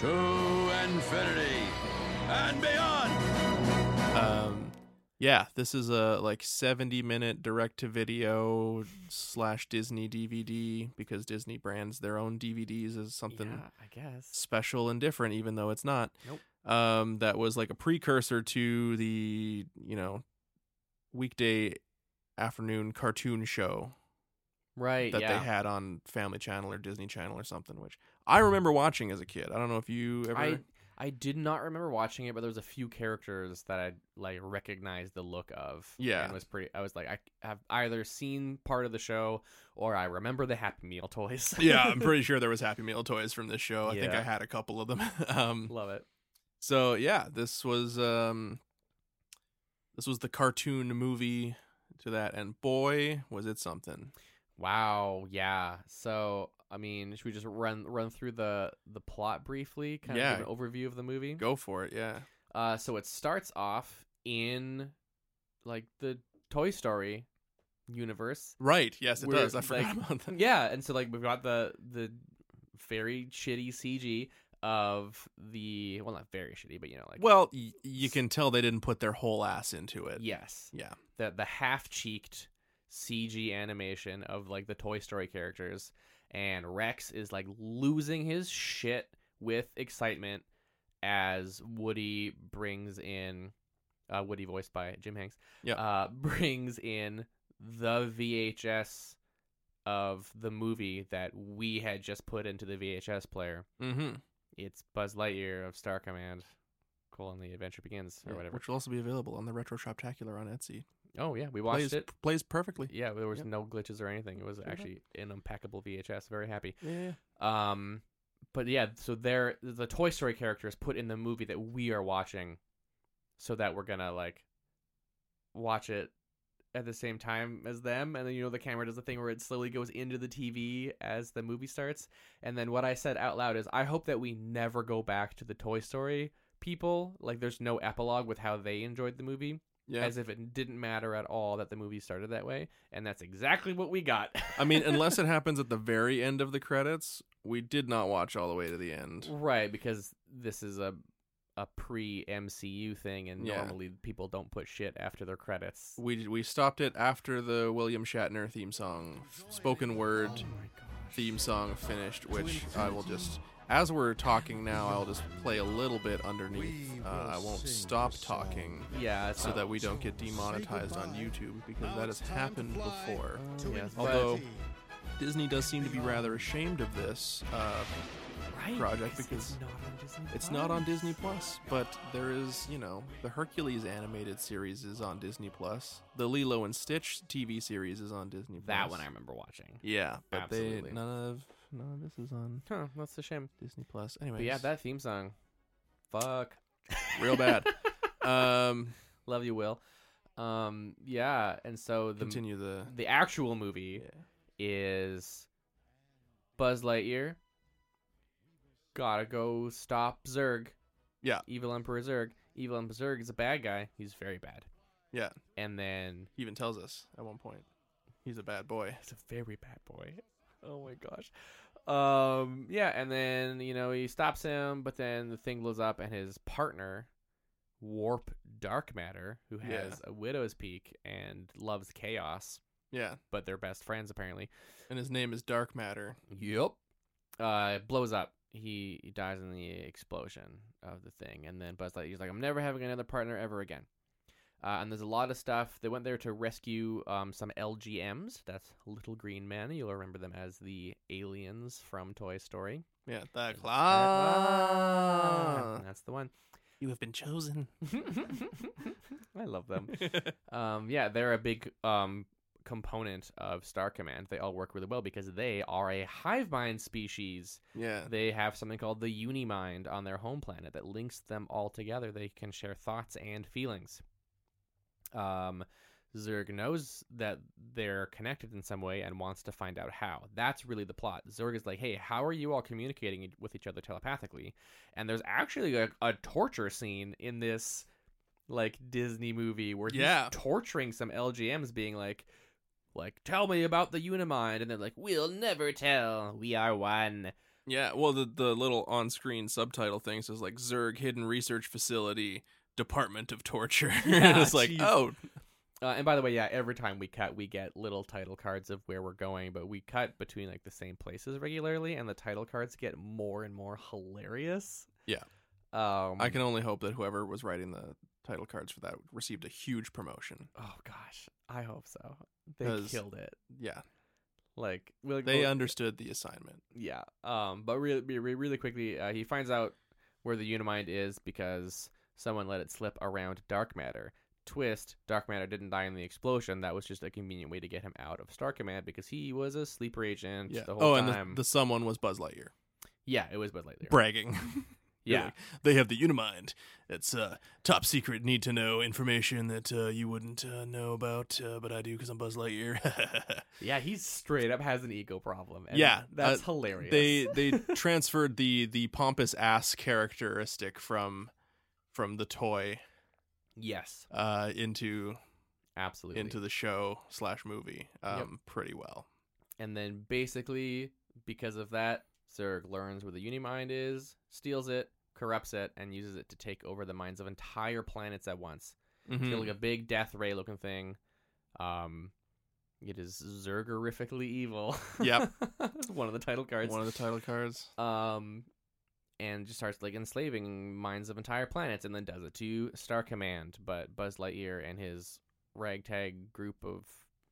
To infinity and beyond.
Um, yeah, this is a like 70 minute direct to video slash Disney DVD because Disney brands their own DVDs as something
Yeah, I guess.
special and different, even though it's not.
Nope.
Um, that was like a precursor to the you know weekday afternoon cartoon show
Right.
that
yeah.
they had on Family Channel or Disney Channel or something, which I remember watching as a kid. I don't know if you ever.
I I did not remember watching it, but there was a few characters that I like recognized the look of.
Yeah.
and was pretty. I was like, I have either seen part of the show or I remember the Happy Meal toys.
yeah, I'm pretty sure there was Happy Meal toys from this show. I think
Yeah.
I had a couple of them. um,
love it.
So yeah, this was um this was the cartoon movie to that and boy was it something.
Wow. Yeah. So I mean, should we just run run through the the plot briefly? Kind
Yeah.
of give an overview of the movie.
Go for it, yeah.
Uh, so it starts off in like the Toy Story universe.
Right, yes it
We're,
does. I forgot
like-
about that.
Yeah, and so like we've got the the very shitty CG of the well, not very shitty, but you know like
Well, y- you can tell they didn't put their whole ass into it.
yes,
Yeah.
the the half cheeked CG animation of like the Toy Story characters, and Rex is like losing his shit with excitement as Woody brings in uh, Woody voiced by Jim Hanks.
Yeah.
uh, brings in the VHS of the movie that we had just put into the VHS player.
Mhm.
It's Buzz Lightyear of Star Command. Colon the adventure begins or
Yeah,
whatever.
Which will also be available on the Retro Shoptacular on Etsy.
Oh yeah, we watched
plays
it.
plays perfectly.
Yeah, there was
Yep.
no glitches or anything. It was
Yep.
actually an impeccable VHS. Very happy.
Yeah.
Um, but yeah, so there the Toy Story character is put in the movie that we are watching, so that we're gonna like watch it at the same time as them and then you know the camera does the thing where it slowly goes into the TV as the movie starts and then what I said out loud is I hope that we never go back to the Toy Story people like there's no epilogue with how they enjoyed the movie
Yeah.
as if it didn't matter at all that the movie started that way and that's exactly what we got
I mean, unless it happens at the very end of the credits, we did not watch all the way to the end.
right because this is a a pre MCU thing and
Yeah.
normally people don't put shit after their credits
We we stopped it after the William Shatner theme song, spoken word theme song finished, which I will just. As we're talking now, I'll just play a little bit underneath. Uh, I won't stop talking
yeah it's
so
not-
that we don't get demonetized on YouTube because that has happened before.
yeah, but-
Although Disney does seem to be rather ashamed of this uh,
Right,
project
it's
because
not on Disney
It's not
Plus.
on Disney Plus, but there is, you know, the Hercules animated series is on Disney Plus. The Lilo and Stitch TV series is on Disney Plus.
That one I remember watching.
Yeah, but
Absolutely.
they none of none of this is on
Huh, that's a shame.
Disney Plus. Anyway,
But yeah, that theme song. Fuck.
real bad. um,
Love you, Will. Um, yeah, and so the
continue the
the actual movie
Yeah.
is Buzz Lightyear. Gotta go stop Zurg.
Yeah.
Evil Emperor Zurg. Evil Emperor Zurg is a bad guy. He's very bad.
yeah.
And then
He even tells us at one point he's a bad boy.
He's a very bad boy. Oh my gosh. Um yeah, and then you know he stops him, but then the thing blows up and his partner warp dark matter who
Yeah.
has a widow's peak and loves chaos,
Yeah,
but they're best friends apparently.
and his name is Dark Matter.
Yep. Uh it blows up. He, he dies in the explosion of the thing and then Buzz Lightyear's like I'm never having another partner ever again. Uh, and there's a lot of stuff. They went there to rescue um, some LGMs. That's Little Green Men. You'll remember them as the aliens from Toy Story.
Yeah, the
Ah,
claw.
That's the one.
You have been chosen.
I love them. um, yeah, they're a big um, component of Star Command. They all work really well because they are a hive mind species.
Yeah,
They have something called the Unimind on their home planet that links them all together. They can share thoughts and feelings. Um, Zurg knows that they're connected in some way and wants to find out how. That's really the plot. Zurg is like, hey, how are you all communicating e-, with each other telepathically? And there's actually a, a torture scene in this like Disney movie where he's
Yeah.
torturing some LGMs being like like tell me about the Unimind and they're like we'll never tell we are one
Yeah, well, the the little on screen subtitle thing says like Zurg Hidden Research Facility Department of Torture. and
Yeah,
it's like,
jeez.
oh,
Uh, and by the way, yeah, every time we cut, we get little title cards of where we're going, but we cut between like the same places regularly, and the title cards get more and more hilarious.
Yeah.
Um,
I can only hope that whoever was writing the title cards for that received a huge promotion.
Oh gosh, I hope so. They
'Cause-
killed it.
Yeah,
Like we'll,
they
we'll-
understood the assignment.
yeah. Um, but really, really, really quickly, uh, he finds out where the Unimind is because someone let it slip around dark matter. Twist: Dark matter didn't die in the explosion. That was just a convenient way to get him out of Star Command because he was a sleeper agent
Yeah.
the whole
Oh, and
time.
the, the someone was Buzz Lightyear
Yeah, it was Buzz Lightyear.
bragging. They're
yeah,
like, they have the Unimind. It's uh, top secret, need to know information that uh, you wouldn't uh, know about, uh, but I do because I'm Buzz Lightyear.
yeah, he straight up has an ego problem. and
Yeah,
that's
uh,
hilarious.
they they transferred the the pompous ass characteristic from from the toy
yes,
uh into
absolutely.
into the show slash movie um pretty well
and then basically because of that, Zurg learns where the Unimind is, steals it, corrupts it, and uses it to take over the minds of entire planets at once.
Mm-hmm.
It's
Hmm.
like a big death ray looking thing. Um, it is Zergerifically evil.
Yep.
It's one of the title cards.
one of the title cards
um, and just starts like enslaving minds of entire planets, and then does it to Star Command. But Buzz Lightyear and his ragtag group of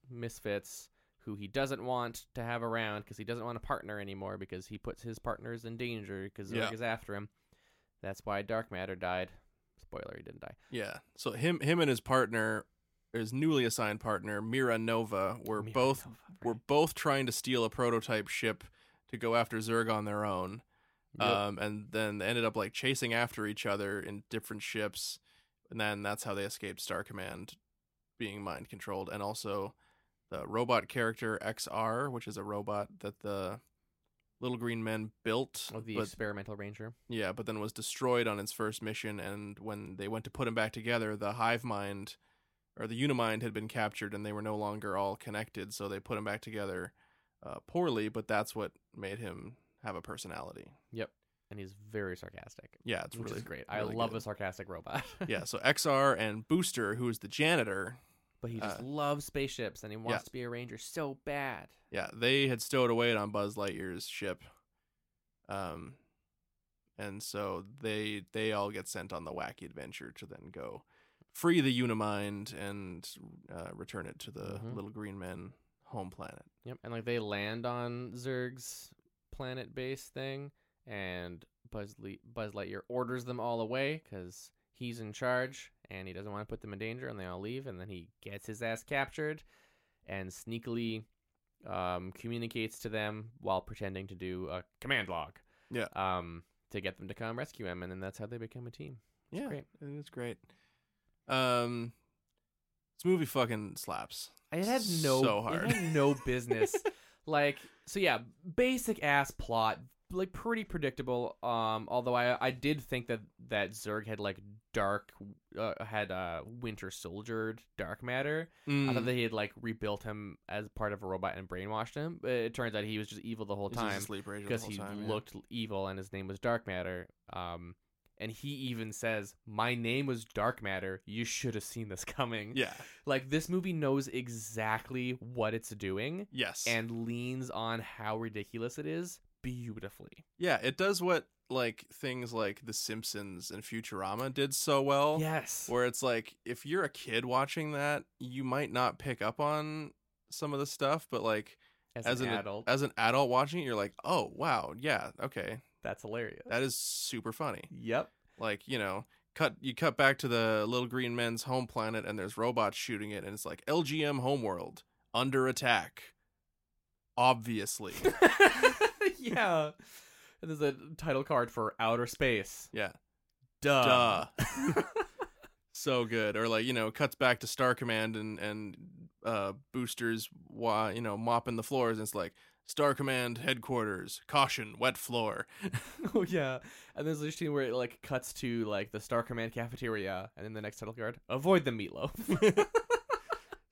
misfits, who he doesn't want to have around because he doesn't want a partner anymore because he puts his partners in danger because Zurg
Yeah.
is after him. That's why Dark Matter died. Spoiler: He didn't die.
yeah so him him and his partner his newly assigned partner mira nova were
Mira
both
Nova,
were
right.
both trying to steal a prototype ship to go after zerg on their own
Yep.
um and then they ended up like chasing after each other in different ships and then that's how they escaped star command being mind controlled, and also the robot character XR, which is a robot that the little green men built,
Of Oh, the
but
experimental ranger.
yeah, but then was destroyed on its first mission. And when they went to put him back together, the hive mind or the unimind had been captured, and they were no longer all connected. So they put him back together uh, poorly, but that's what made him have a personality.
Yep. And he's very sarcastic.
Yeah, it's
which
really
is great. I
really
love
good.
a sarcastic robot.
yeah, so XR and Booster, who is the janitor,
But he just
Uh,
loves spaceships and he wants
yeah.
to be a ranger so bad.
yeah, they had stowed away it on Buzz Lightyear's ship, um, and so they they all get sent on the wacky adventure to then go free the Unimind and uh, return it to the
Mhm.
little green men home planet.
Yep. And like they land on Zurg's planet base thing and Buzz, Le- Buzz Lightyear orders them all away cuz he's in charge and he doesn't want to put them in danger and they all leave and then he gets his ass captured and sneakily um, communicates to them while pretending to do a command log.
Yeah.
Um to get them to come rescue him and then that's how they become a team.
yeah,
great.
it was great. Um, this movie fucking slaps.
I had no
So
It
hard.
had no business. like so yeah, basic ass plot, like pretty predictable. Um although I I did think that that Zurg had like dark uh, had uh winter soldiered dark matter. I
Mm,
thought that he had like rebuilt him as part of a robot and brainwashed him. But it turns out he was just evil the whole
this is a
time
sleep rager the
because
whole
he
time, yeah.
looked evil and his name was Dark Matter. Um and he even says, "My name was Dark Matter. You should have seen this coming."
Yeah.
Like this movie knows exactly what it's doing
Yes.
and leans on how ridiculous it is beautifully.
Yeah, it does what like things like The Simpsons and Futurama did so well.
yes.
Where it's like if you're a kid watching that, you might not pick up on some of the stuff, but like
As,
as,
an, adult,
as an adult watching it, you're like, "Oh, wow. Yeah, okay.
that's hilarious.
That is super funny."
yep.
Like, you know, cut you cut back to the little green men's home planet and there's robots shooting it and it's like LGM homeworld under attack. Obviously.
yeah. And there's a title card for Outer Space.
yeah.
Duh.
so good or like you know cuts back to star command and and uh boosters wa- you know mopping the floors and it's like star command headquarters caution wet floor
oh yeah. And there's a scene where it like cuts to like the Star Command cafeteria and then the next title card, avoid the meatloaf.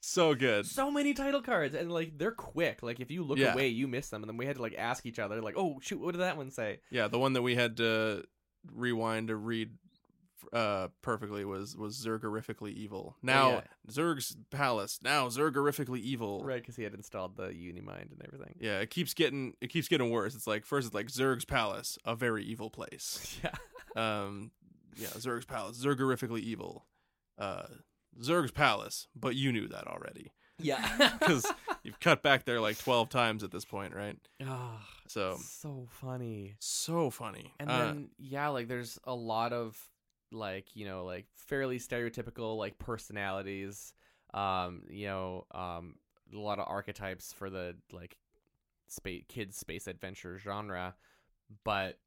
so good
so many title cards and like they're quick like if you look
Yeah.
away you miss them and then we had to like ask each other like oh shoot what did that one say
yeah the one that we had to rewind to read uh perfectly was was zergorifically evil now
Oh, yeah.
zerg's palace now zergorifically evil
right because he had installed the unimind and everything
yeah it keeps getting it keeps getting worse it's like first it's like zerg's palace a very evil place
yeah
Um, yeah, Zerg's palace, Zergorifically evil. Uh, Zerg's palace, but you knew that already
yeah
because you've cut back there like twelve times at this point, right?
Ah,
So
so funny
so funny.
and
Uh,
then yeah like there's a lot of like you know like fairly stereotypical like personalities um you know um a lot of archetypes for the like space kids space adventure genre but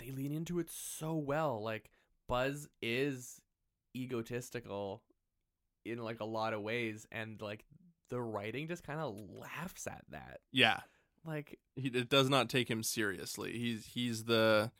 they lean into it so well like buzz is egotistical in like a lot of ways and like the writing just kind of laughs at that
yeah,
like
he, it does not take him seriously. He's he's the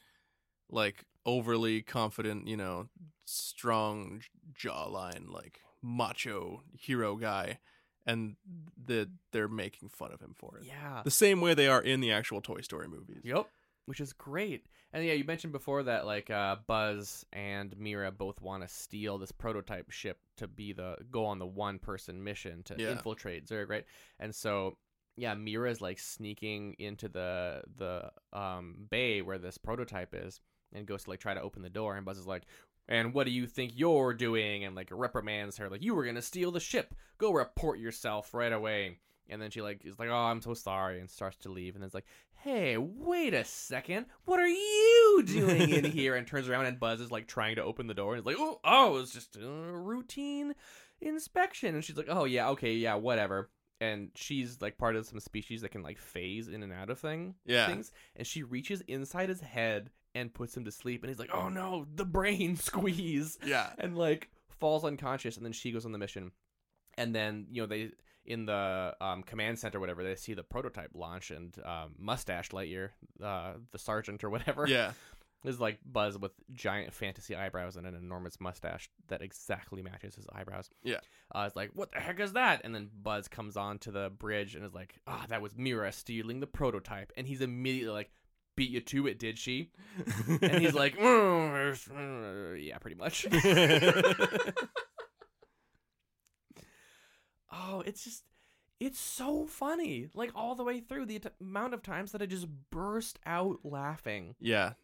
like overly confident, you know, strong j- jawline, like macho hero guy, and that they're making fun of him for it.
yeah
The same way they are in the actual Toy Story movies.
Yep. Which is great. And yeah, you mentioned before that like uh, Buzz and Mira both want to steal this prototype ship to be the go on the one person mission to
Yeah.
infiltrate Zurg, right? And so yeah, Mira's like sneaking into the the um, bay where this prototype is and goes to like try to open the door and Buzz is like and what do you think you're doing? And like reprimands her, like you were gonna steal the ship. Go report yourself right away. And then she like is like, "Oh, I'm so sorry," and starts to leave. And it's like, "Hey, wait a second, what are you doing in here?" And turns around and Buzz is like trying to open the door and is like, "Oh, oh, it's just a routine inspection." And she's like, "Oh yeah, okay, yeah, whatever." And she's like part of some species that can like phase in and out of thing
Yeah.
things. And she reaches inside his head and puts him to sleep. And he's like, "Oh no, the brain squeeze!"
Yeah.
and like falls unconscious and then she goes on the mission and then you know they in the um, command center, whatever, they see the prototype launch and um, mustache Lightyear, uh, the sergeant or whatever,
Yeah.
is like Buzz with giant fantasy eyebrows and an enormous mustache that exactly matches his eyebrows.
Yeah.
Uh, it's like, what the heck is that? And then Buzz comes on to the bridge and is like, ah, that was Mira stealing the prototype. And he's immediately like, beat you to it, did she? and he's like, "Mm, it's- mm, yeah, pretty much. oh, it's just, it's so funny. Like, all the way through, the t- amount of times that I just burst out laughing.
Yeah.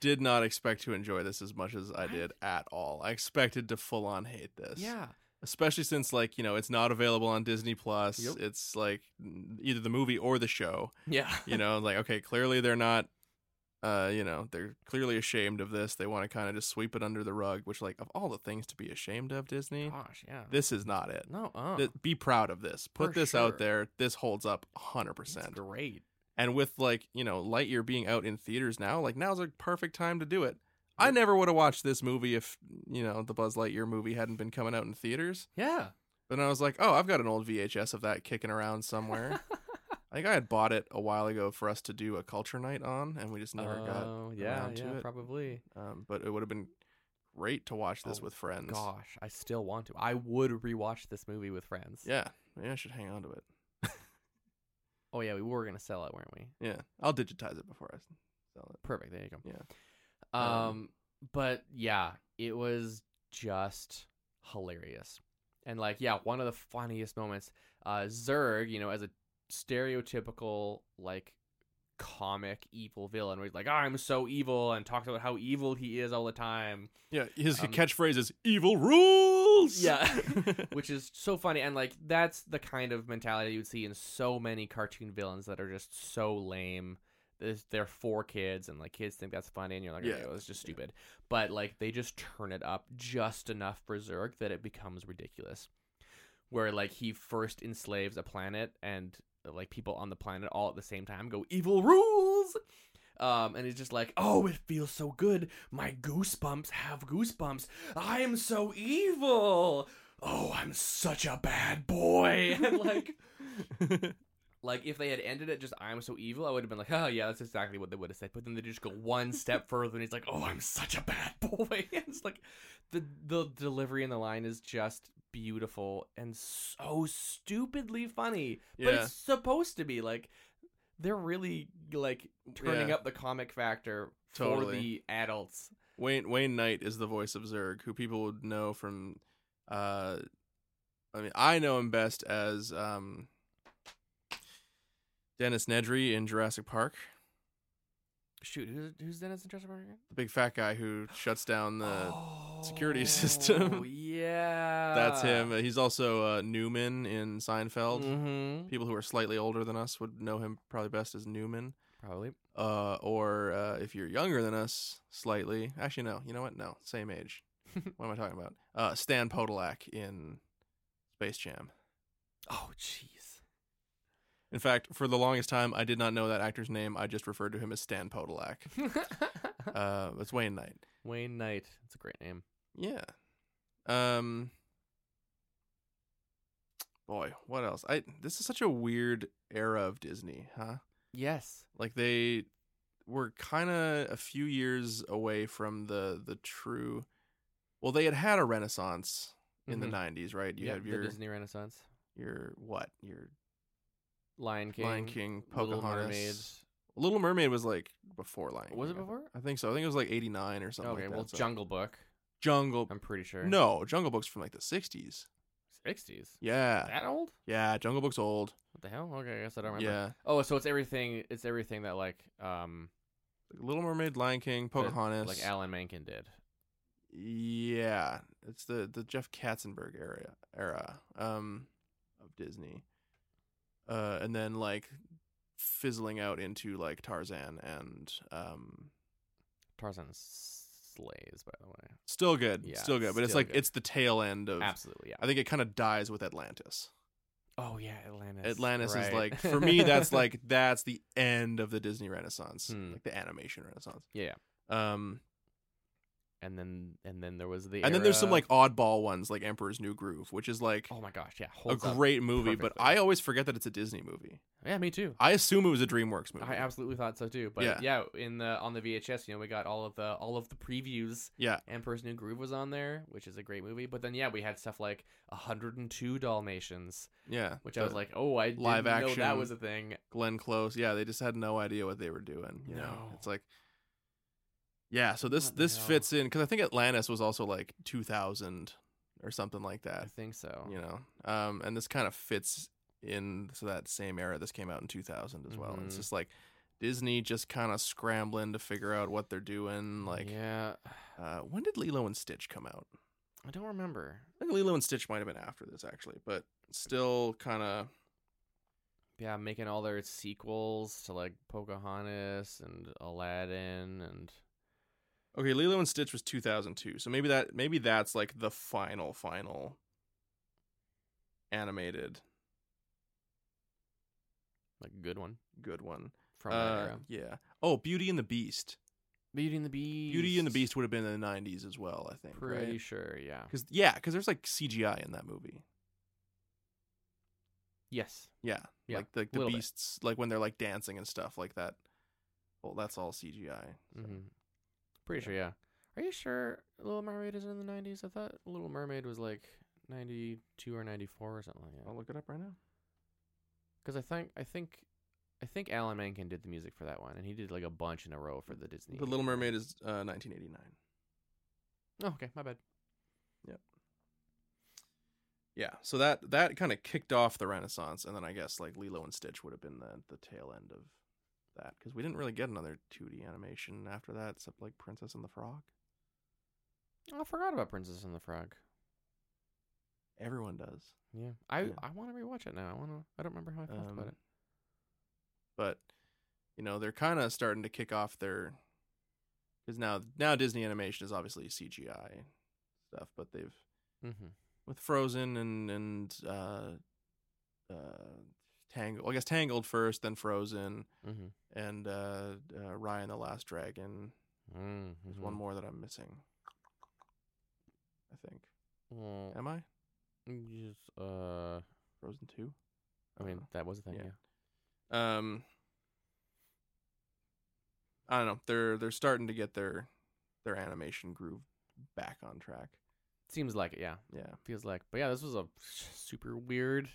Did not expect to enjoy this as much as I did at all. I expected to full on hate this.
Yeah.
Especially since like, you know, it's not available on Disney Plus.
Yep.
It's like either the movie or the show.
Yeah.
You know, like okay, clearly they're not uh, you know, they're clearly ashamed of this. They want to kind of just sweep it under the rug, which like of all the things to be ashamed of, Disney,
Gosh, yeah.
this is not it.
no, uh,
Th- be proud of this. Put
For
this
sure.
out there. This holds up
it's
100%.
great.
And with like, you know, Lightyear being out in theaters now, like now's a perfect time to do it. I never would have watched this movie if, you know, the Buzz Lightyear movie hadn't been coming out in theaters.
Yeah.
Then I was like, "Oh, I've got an old VHS of that kicking around somewhere." I think I had bought it a while ago for us to do a culture night on, and we just never got.
Oh, yeah,
around to
yeah,
it.
probably.
Um, but it would have been great to watch this
Oh,
with friends.
Gosh, I still want to. I would rewatch this movie with friends.
Yeah, maybe I should hang on to it.
Oh yeah, we were gonna sell it, weren't we?
Yeah, I'll digitize it before I s- sell it.
Perfect. There you go.
Yeah.
Um,
Um,
but yeah, it was just hilarious, and like yeah, one of the funniest moments. Uh, Zurg, you know, as a stereotypical like comic evil villain, where he's like, "I'm so evil," and talks about how evil he is all the time.
Yeah, his
Um,
catchphrase is "Evil rules."
Yeah. which is so funny and like that's the kind of mentality you would see in so many cartoon villains that are just so lame There's- they're for kids and like kids think that's funny and you're like
Yeah.
okay, well, that's just stupid but like they just turn it up just enough for Zurg that it becomes ridiculous where like he first enslaves a planet and uh, like people on the planet all at the same time go evil rules um, and he's just like, oh, it feels so good. My goosebumps have goosebumps. I am so evil. Oh, I'm such a bad boy. And like, like if they had ended it just I'm so evil, I would have been like, oh yeah, that's exactly what they would have said. But then they just go one step further, and he's like, oh, I'm such a bad boy. And it's like the the delivery in the line is just beautiful and so stupidly funny. But
Yeah.
it's supposed to be like they're really like turning
Yeah.
up the comic factor for
Totally.
the adults.
Wayne Wayne Knight is the voice of Zurg, who people would know from. Uh, I mean, I know him best as um, Dennis Nedry in Jurassic Park,
Shoot, who's who's Dennis and Jurassic Park again?
the big fat guy who shuts down the. security
Oh,
system.
Yeah,
That's him. He's also uh, Newman in Seinfeld.
hmm
People who are slightly older than us would know him probably best as Newman.
Probably.
Uh, or uh, if you're younger than us, slightly. Actually, no. You know what? No, same age. what am I talking about? Uh, Stan Podolak in Space Jam.
Oh, jeez.
In fact, for the longest time, I did not know that actor's name. I just referred to him as Stan Podolak. uh, it's Wayne Knight.
Wayne Knight. That's a great name.
Yeah. Um. Boy, what else? I this is such a weird era of Disney, huh?
Yes.
Like they were kind of a few years away from the the true. Well, they had had a renaissance in
Mhm.
the '90s, right? You
Yep,
have your
the Disney Renaissance.
your what your
Lion King.
Lion King,
Little
Pocahontas,
Mermaid.
Little Mermaid was like before Lion
Was it
King, I think.
before?
I think so. I think it was like eighty nine or something.
okay,
like that,
well,
so-
Jungle Book.
Jungle.
I'm pretty sure.
No, Jungle Book's from like the sixties.
60s.
Yeah,
That old?
yeah. Jungle Book's old.
What the hell? Okay, I guess I don't remember.
Yeah,
Oh, so it's everything. It's everything that like um
Little Mermaid, Lion King,
that,
Pocahontas.
like Alan Menken did.
yeah, it's the the Jeff Katzenberg era era um of Disney, uh, and then like fizzling out into like Tarzan and um
Tarzan slays, by the way.
still good,
Yeah,
still good, but it's
still
like
good.
it's the tail end of.
Absolutely, yeah.
I think it kind of dies with Atlantis.
Oh yeah, Atlantis.
Atlantis is
right.
like for me that's like that's the end of the Disney Renaissance,
Hmm.
like the animation Renaissance.
yeah, yeah.
Um
and then and then there was the
And then there's some
era-
like oddball ones like Emperor's New Groove, which is like
oh my gosh yeah
a
holds up
great movie, but
perfectly.
I always forget that it's a Disney movie.
yeah me too
I assume it was a DreamWorks movie.
I absolutely thought so too but yeah.
Yeah.
in the on the VHS you know we got all of the all of the previews
yeah.
Emperor's New Groove was on there which is a great movie but then yeah we had stuff like 102 Dalmatians
Yeah.
which I was
The
like oh I didn't
live
know that
action
was a thing
Glenn Close. Yeah, they just had no idea what they were doing, you know.
No.
It's like Yeah, so this
What the
this
hell?
fits in cuz I think Atlantis was also like 2000 or something like
I
that,
think so
you know. Um and this kind of fits in so that same era. This came out in 2000 as well. And it's
Mhm.
just like Disney just kind of scrambling to figure out what they're doing like
yeah
Uh, when did Lilo and Stitch come out?
I don't remember
I think Lilo and Stitch might have been after this, actually, but still kind of
yeah, making all their sequels to like Pocahontas and Aladdin and
okay. Lilo and Stitch was 2002, so maybe that maybe that's like the final final animated
like a good one
good one.
from
Uh,
that era.
yeah. Oh, Beauty and the Beast.
Beauty and the Beast.
Beauty and the Beast would have been in the 90s as well, I think.
Pretty
right?
sure, yeah.
Because yeah, because there's like CGI in that movie.
Yes.
Yeah,
Yeah,
like the, the
little bit.
beasts, like when they're like dancing and stuff like that. Well, that's all CGI.
hmm Pretty sure, yeah. Are you sure Little Mermaid is in the 90s? I thought Little Mermaid was like 92 or 94 or something like that.
I'll look it up right now.
Because I think I think I think Alan Menken did the music for that one, and he did like a bunch in a row for the Disney.
The Little Mermaid is uh, 1989.
Oh, okay, my bad.
Yeah, so that that kind of kicked off the Renaissance, and then I guess like Lilo and Stitch would have been the the tail end of that because we didn't really get another 2D animation after that, except like Princess and the Frog.
Oh, I forgot about Princess and the Frog.
Everyone does,
Yeah, I
Yeah.
I want to rewatch it now. I want to. I don't remember how I felt
Um,
about it.
but you know they're kind of starting to kick off their because now now Disney animation is obviously CGI stuff, but they've
Mm-hmm.
with Frozen and and uh, uh, Tangled. Well, I guess Tangled first, then Frozen,
Mm-hmm.
and uh, uh, Ryan the Last Dragon.
mm
There's one more that I'm missing. I think.
Mm-hmm. Well,
Am I?
you just, uh,
Frozen two.
I mean that was a thing. Yeah.
Uh-huh. Yeah. Um. I don't know. They're they're starting to get their their animation groove back on track.
Seems like it. Yeah.
Yeah.
Feels like. But yeah, this was a super weird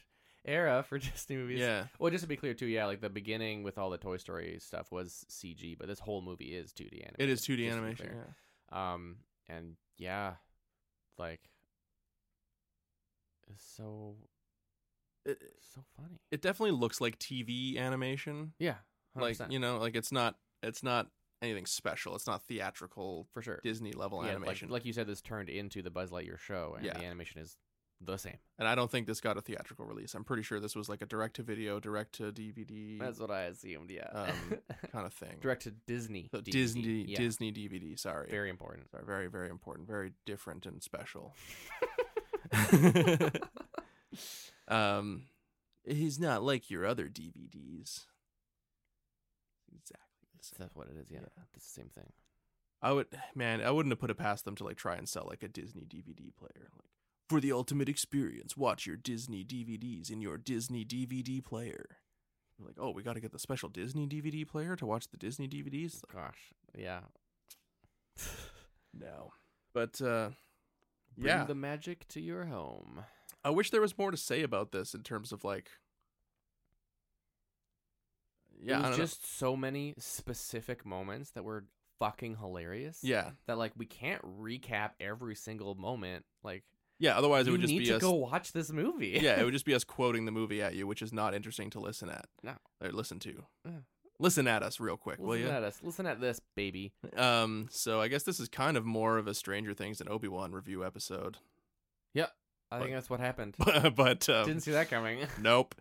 era for Disney movies.
Yeah.
Well, just to be clear too, yeah, like the beginning with all the Toy Story stuff was CG, but this whole movie is 2D animation.
It is 2D
just to be
animation.
clear.
Yeah.
Um, and yeah, like, it's so
It,
so funny.
it definitely looks like TV animation.
Yeah. 100%.
like you know like it's not it's not anything special it's not theatrical
for sure.
disney level
Yeah, like-
animation
Like, you said, this turned into the Buzz Lightyear show, and
Yeah.
the animation is the same.
and i don't think this got a theatrical release i'm pretty sure this was like a direct to video direct to dvd
That's what I assumed. Yeah,
um, kind of thing
direct to Disney.
So
DVD,
Oh, disney
yeah,
disney dvd sorry
Very important.
sorry very very important very different and special um he's not like your other dvds exactly the same.
That's what it is. Yeah, it's the same thing.
I would, man, I wouldn't have put it past them to like try and sell like a Disney DVD player. Like for the ultimate experience, watch your Disney DVDs in your Disney DVD player. You're like, oh, we got to get the special Disney DVD player to watch the Disney DVDs. Like,
Gosh, yeah.
no, but uh,
Bring
yeah,
the magic to your home.
I wish there was more to say about this in terms of like, yeah,
it
I
was
don't know.
just so many specific moments that were fucking hilarious.
yeah,
that like we can't recap every single moment. Like
yeah. Otherwise, it
you
would just
need
be
to
us.
go watch this movie.
yeah, it would just be us quoting the movie at you, which is not interesting to listen at.
No.
Or listen to.
Yeah.
Listen at us real quick, will
Listen
you?
at us. Listen at this, baby.
Um, so I guess this is kind of more of a Stranger Things and Obi Wan review episode,
I
But-
think that's what happened.
but um,
Didn't see that coming.
Nope.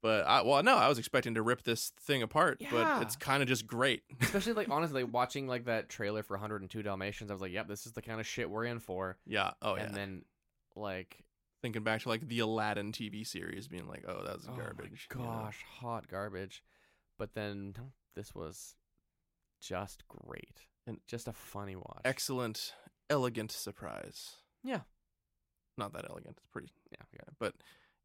But I well no, I was expecting to rip this thing apart,
Yeah.
but it's kind of just great.
Especially like honestly, like, watching like that trailer for 102 Dalmatians, I was like, "Yep, this is the kind of shit we're in for."
yeah. Oh yeah.
And then like,
Thinking back to like the Aladdin TV series, being like, oh, that was
oh
garbage.
my
you know?
gosh, hot garbage. But then this was just great. Just a funny watch.
excellent, elegant surprise.
Yeah.
Not that elegant. It's pretty,
yeah.
yeah, but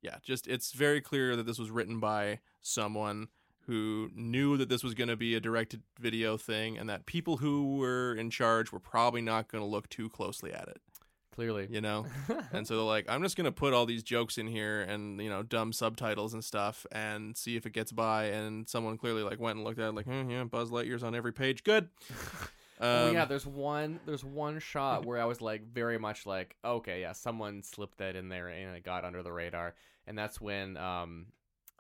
yeah, just it's very clear that this was written by someone who knew that this was going to be a directed video thing and that people who were in charge were probably not going to look too closely at it,
Clearly.
you know? and so they're like, I'm just going to put all these jokes in here and, you know, dumb subtitles and stuff and see if it gets by. And someone clearly like went and looked at it like, hmm, yeah, Buzz Lightyear's on every page. Good.
Oh
Um,
yeah, there's one there's one shot where I was like very much like, okay, yeah, someone slipped that in there and it got under the radar. And that's when um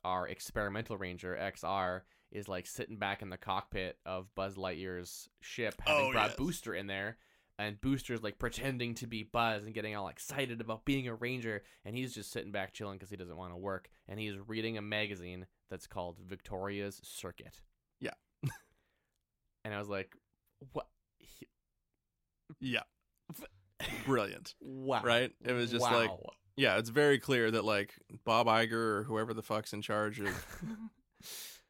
our experimental ranger XR is like sitting back in the cockpit of Buzz Lightyear's ship having
Oh,
brought
yes.
Booster in there. And Booster's like pretending to be Buzz and getting all excited about being a ranger, and he's just sitting back chilling because he doesn't want to work. And he's reading a magazine that's called Victoria's Circuit.
Yeah.
and I was like, "What? He-
Yeah. Brilliant.
Wow.
Right? It was just like,
Wow.
yeah, it's very clear that like Bob Iger or whoever the fuck's in charge of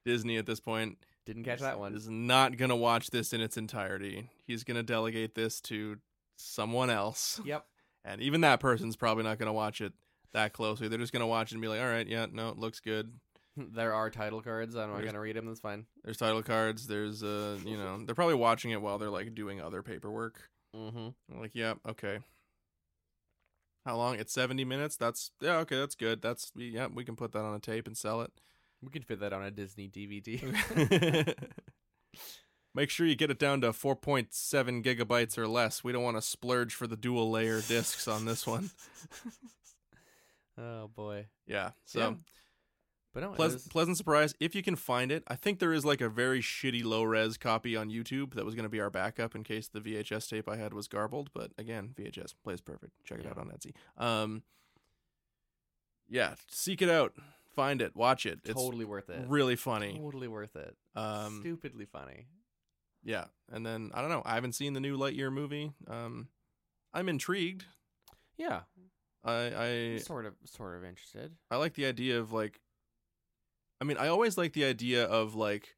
Disney at this point
Didn't catch that one.
is not gonna watch this in its entirety. He's gonna delegate this to someone else,
Yep.
and even that person's probably not gonna watch it that closely. They're just gonna watch it and be like, "All right, yeah, no, it looks good."
There are title cards. I'm not
There's-
going to read them. That's fine.
There's title cards. There's uh, you know, they're probably watching it while they're like doing other paperwork.
Mm-hmm.
I'm like, yeah, okay. How long? It's 70 minutes. That's yeah, okay. That's good. That's yeah, we can put that on a tape and sell it.
We could fit that on a Disney DVD.
Make sure you get it down to 4.7 gigabytes or less. We don't want to splurge for the dual layer discs on this one.
oh, boy.
Yeah. So,
Yeah. But no, it
pleas-
was-
pleasant surprise if you can find it. I think there is like a very shitty low res copy on YouTube that was going to be our backup in case the VHS tape I had was garbled, but again, VHS plays perfect. Check it
Yeah.
out on Etsy. Um Yeah, seek it out. Find it, watch it. It's
totally worth it.
really funny.
Totally worth it.
Um
Stupidly funny.
Yeah, and then I don't know. I haven't seen the new Lightyear movie. Um, I'm intrigued.
Yeah.
I
Sort of, sort of interested.
I I like the idea of like. I mean, I always like the idea of like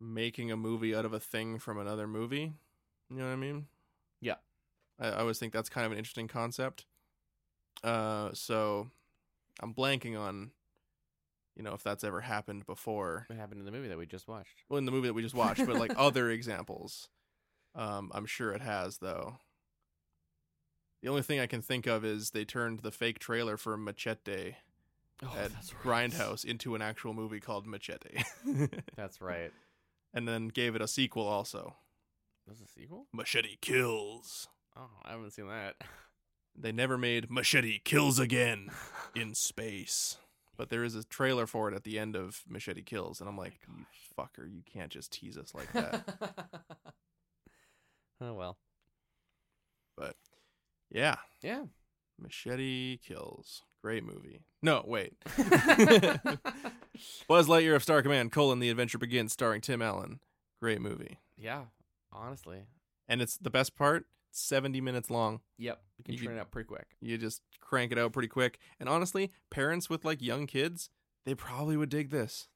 making a movie out of a thing from another movie. You know what I mean?
Yeah.
I, I always think that's kind of an interesting concept. Uh, so I'm blanking on, you know, if that's ever happened before.
It happened in the movie that we just watched.
well, in the movie that we just watched, but like other examples. Um, I'm sure it has though. The only thing I can think of is they turned the fake trailer for Machete
Oh,
at Grindhouse into an actual movie called Machete,
That's right.
and then gave it a sequel also.
There's a sequel?
Machete kills.
Oh, I haven't seen that.
They never made Machete kills again in space, but there is a trailer for it at the end of Machete kills, and I'm like, you fucker, you can't just tease us like that.
oh, well.
but yeah,
Yeah.
Machete Kills. Great movie. No, wait. Buzz Lightyear of Star Command, colon, The Adventure Begins, starring Tim Allen. Great movie.
yeah, honestly.
And it's the best part, 70 minutes long.
Yep. You can
You
turn
could-
it up pretty quick.
You just crank it out pretty quick. And honestly, parents with like young kids, they probably would dig this.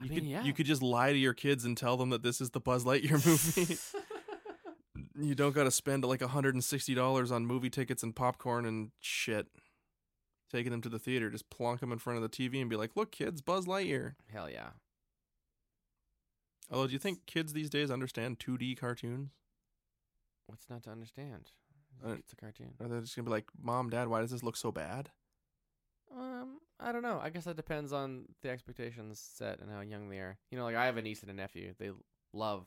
I
You
mean,
could
yeah.
you could just lie to your kids and tell them that this is the Buzz Lightyear movie. you don't got to spend like $160 on movie tickets and popcorn and shit. Taking them to the theater, just plonk them in front of the TV and be like, "Look, kids, Buzz Lightyear."
Hell yeah.
Although, do you think kids these days understand 2D cartoons?
What's not to understand?
I don't-
It's a cartoon.
Are they just gonna be like, "Mom, Dad, why does this look so bad?"
Um, I don't know. I guess that depends on the expectations set and how young they are. You know, like I have a niece and a nephew. They love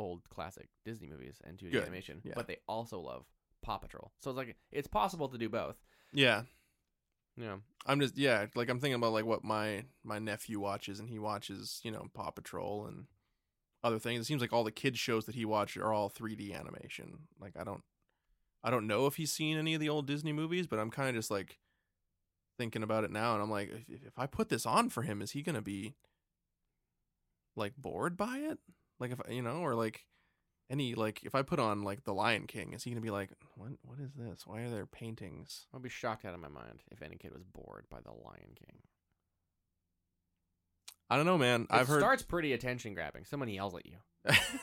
old classic Disney movies and 2D
Good,
animation,
yeah.
but they also love Paw Patrol. So it's like it's possible to do both.
Yeah,
You know,
I'm just yeah, like I'm thinking about like what my my nephew watches, and he watches you know Paw Patrol and other things. It seems like all the kids shows that he watched are all 3D animation. Like I don't I don't know if he's seen any of the old Disney movies, but I'm kind of just like thinking about it now, and I'm like, if, if if I put this on for him, is he gonna be like bored by it? Like if I- you know, or like any like if I put on like The Lion King, is he gonna be like, what what is this? Why are there paintings?
I'd be shocked out of my mind if any kid was bored by The Lion King.
I don't know, man. I've
it
heard
starts pretty attention grabbing. Someone yells at you.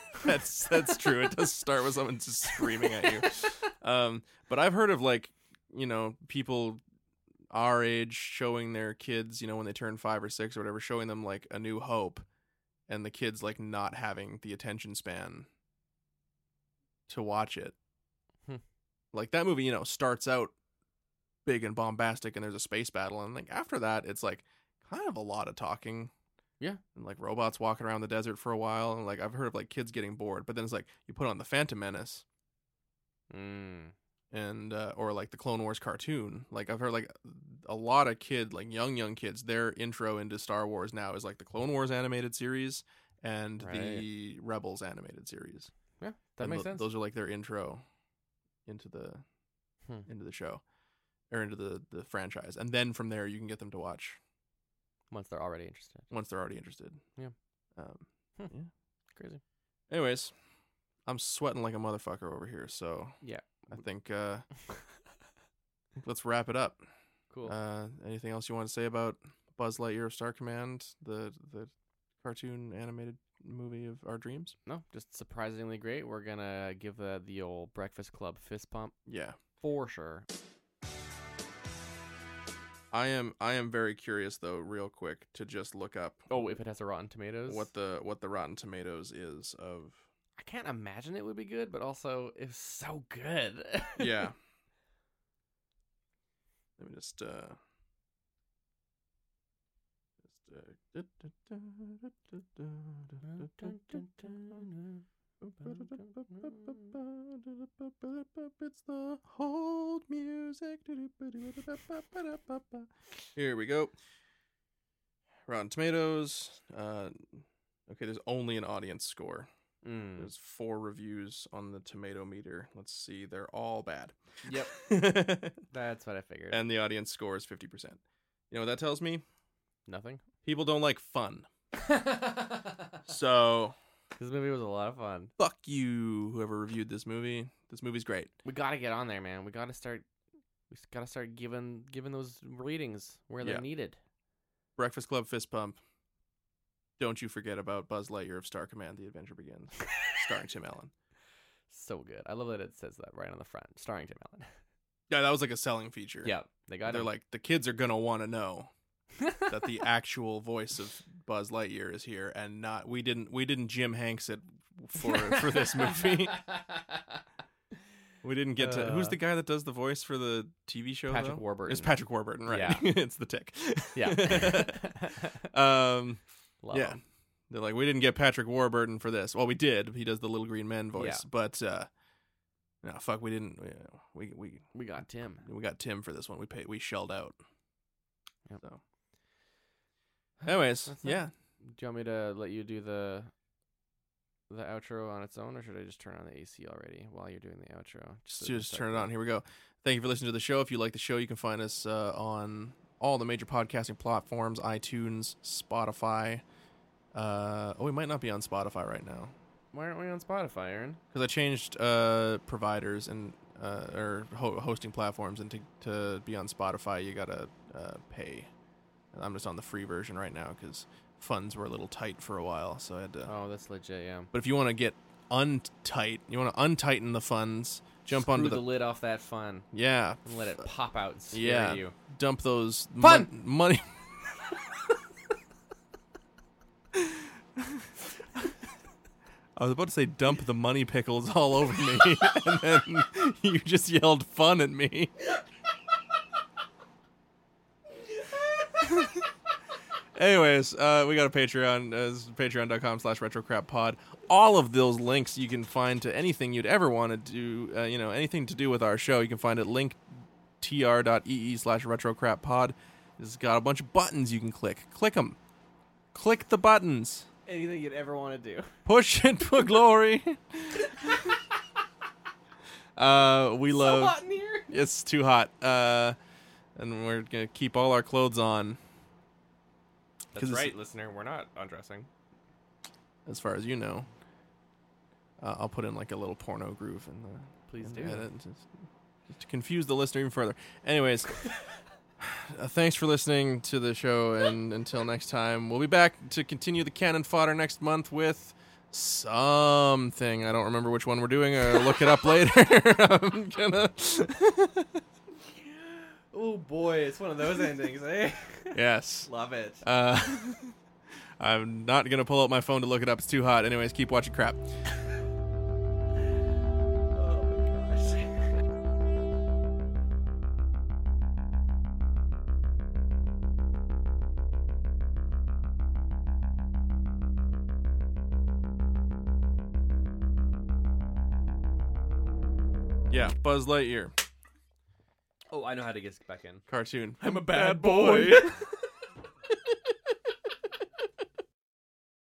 that's that's true. It does start with someone just screaming at you. Um, but I've heard of like you know people our age showing their kids, you know, when they turn five or six or whatever, showing them like a new hope, and the kids like not having the attention span to watch it.
Hmm.
Like that movie, you know, starts out big and bombastic, and there's a space battle, and like after that, it's like kind of a lot of talking and like robots walking around the desert for a while and like i've heard of like kids getting bored but then it's like you put on the phantom menace
Mm.
and uh, or like the clone wars cartoon like i've heard like a lot of kid like young young kids their intro into star wars now is like the clone wars animated series and the rebels animated series
Yeah, that
And
makes
tho-
sense.
those are like their intro into the
Hmm.
into the show or into the the franchise and then from there you can get them to watch
Once they're already interested.
once they're already interested
Yeah.
um
Crazy.
Anyways, I'm sweating like a motherfucker over here, so
Yeah.
I think uh let's wrap it up.
Cool.
Uh anything else you want to say about Buzz Lightyear of Star Command, the the cartoon animated movie of our dreams?
no, just surprisingly great. We're gonna give the the old Breakfast Club fist pump
Yeah.
for sure.
I am I am very curious though, real quick, to just look up
Oh, if it has a Rotten Tomatoes,
what the what the Rotten Tomatoes is of
I can't imagine it would be good, but also it's so good.
Yeah. Let me just uh just uh it's the hold music. Here we go. Rotten Tomatoes. Uh, okay, there's only an audience score.
Mm.
There's four reviews on the tomato meter. Let's see, they're all bad.
Yep,
Yep.
that's what I figured.
and the audience score is 50%. You know what that tells me?
Nothing.
People don't like fun.
this
So,
movie was a lot of fun.
fuck you, whoever reviewed this movie. This movie's great.
We gotta get on there, man. We gotta start. We s- gotta start giving giving those ratings where
Yeah.
they're needed.
Breakfast Club Fist Pump. Don't you forget about Buzz Lightyear of Star Command The Adventure Begins, starring Tim Allen.
So good. I love that it says that right on the front, starring Tim Allen.
Yeah, that was like a selling feature.
Yeah, they got
They're
him.
like, the kids are going to want to know that the actual voice of Buzz Lightyear is here and not we didn't we didn't Jim Hanks it for for this movie. We didn't get to who's
Uh,
the guy that does the voice for the TV show?
Patrick
though?
Warburton.
It's Patrick Warburton, right?
Yeah.
it's the tick.
yeah.
um,
Love
yeah.
him.
They're like, we didn't get Patrick Warburton for this. Well, we did. He does the Little Green Men voice, but uh, no, fuck, we didn't. We we we,
We got Tim.
we got Tim for this one. We paid. We shelled out.
Yep.
So, anyways,
That's it.
yeah,
Do you want me to let you do the the outro on its own, or should I just turn on the AC already while you're doing the outro?
just,
so we can
just
start
turn it
the-
on. Here we go. Thank you for listening to the show. If you like the show, you can find us uh, on all the major podcasting platforms: iTunes, Spotify. Uh, oh, we might not be on Spotify right now
Why aren't we on Spotify, Aaron?
because I changed uh, providers and uh, or ho- hosting platforms, and to, to be on Spotify, you gotta uh, pay. And I'm just on the free version right now because funds were a little tight for a while, so I had to.
Oh, that's legit. Yeah.
But if you want to get untight, you want to untighten the funds, jump
Screw
onto
the lid off that fun
yeah,
and let it pop out and scare
yeah,
you.
dump those
Fun!
mon- money. I was about to say dump the money pickles all over me, and then you just yelled fun at me. Anyways, uh, we got a Patreon, uh, patreon.com slash retrocrappod. All of those links you can find to anything you'd ever want to do, uh, you know, anything to do with our show, you can find at linktr.ee E slash retrocrappod. It's got a bunch of buttons you can click. Click them. Click the buttons.
Anything you'd ever want to do.
Push it for glory. uh, we love.
in here.
It's too hot. Uh, and we're going to keep all our clothes on,
That's
'Cause it's-
right, listener. We're not undressing.
as far as you know. Uh, I'll put in like a little porno groove in the
Please
in
do.
the edit, just, just to confuse the listener even further. Anyways, uh, thanks for listening to the show, and until next time, we'll be back to continue the cannon fodder next month with something. I don't remember which one we're doing. Or look it up later. I'm gonna.
Oh boy, it's one of those endings, eh?
Yes.
Love it.
Uh, I'm not gonna pull out my phone to look it up. It's too hot. Anyways, keep watching crap.
oh my gosh.
Yeah, Buzz Lightyear
Oh, I know how to get back in.
cartoon.
I'm a bad boy.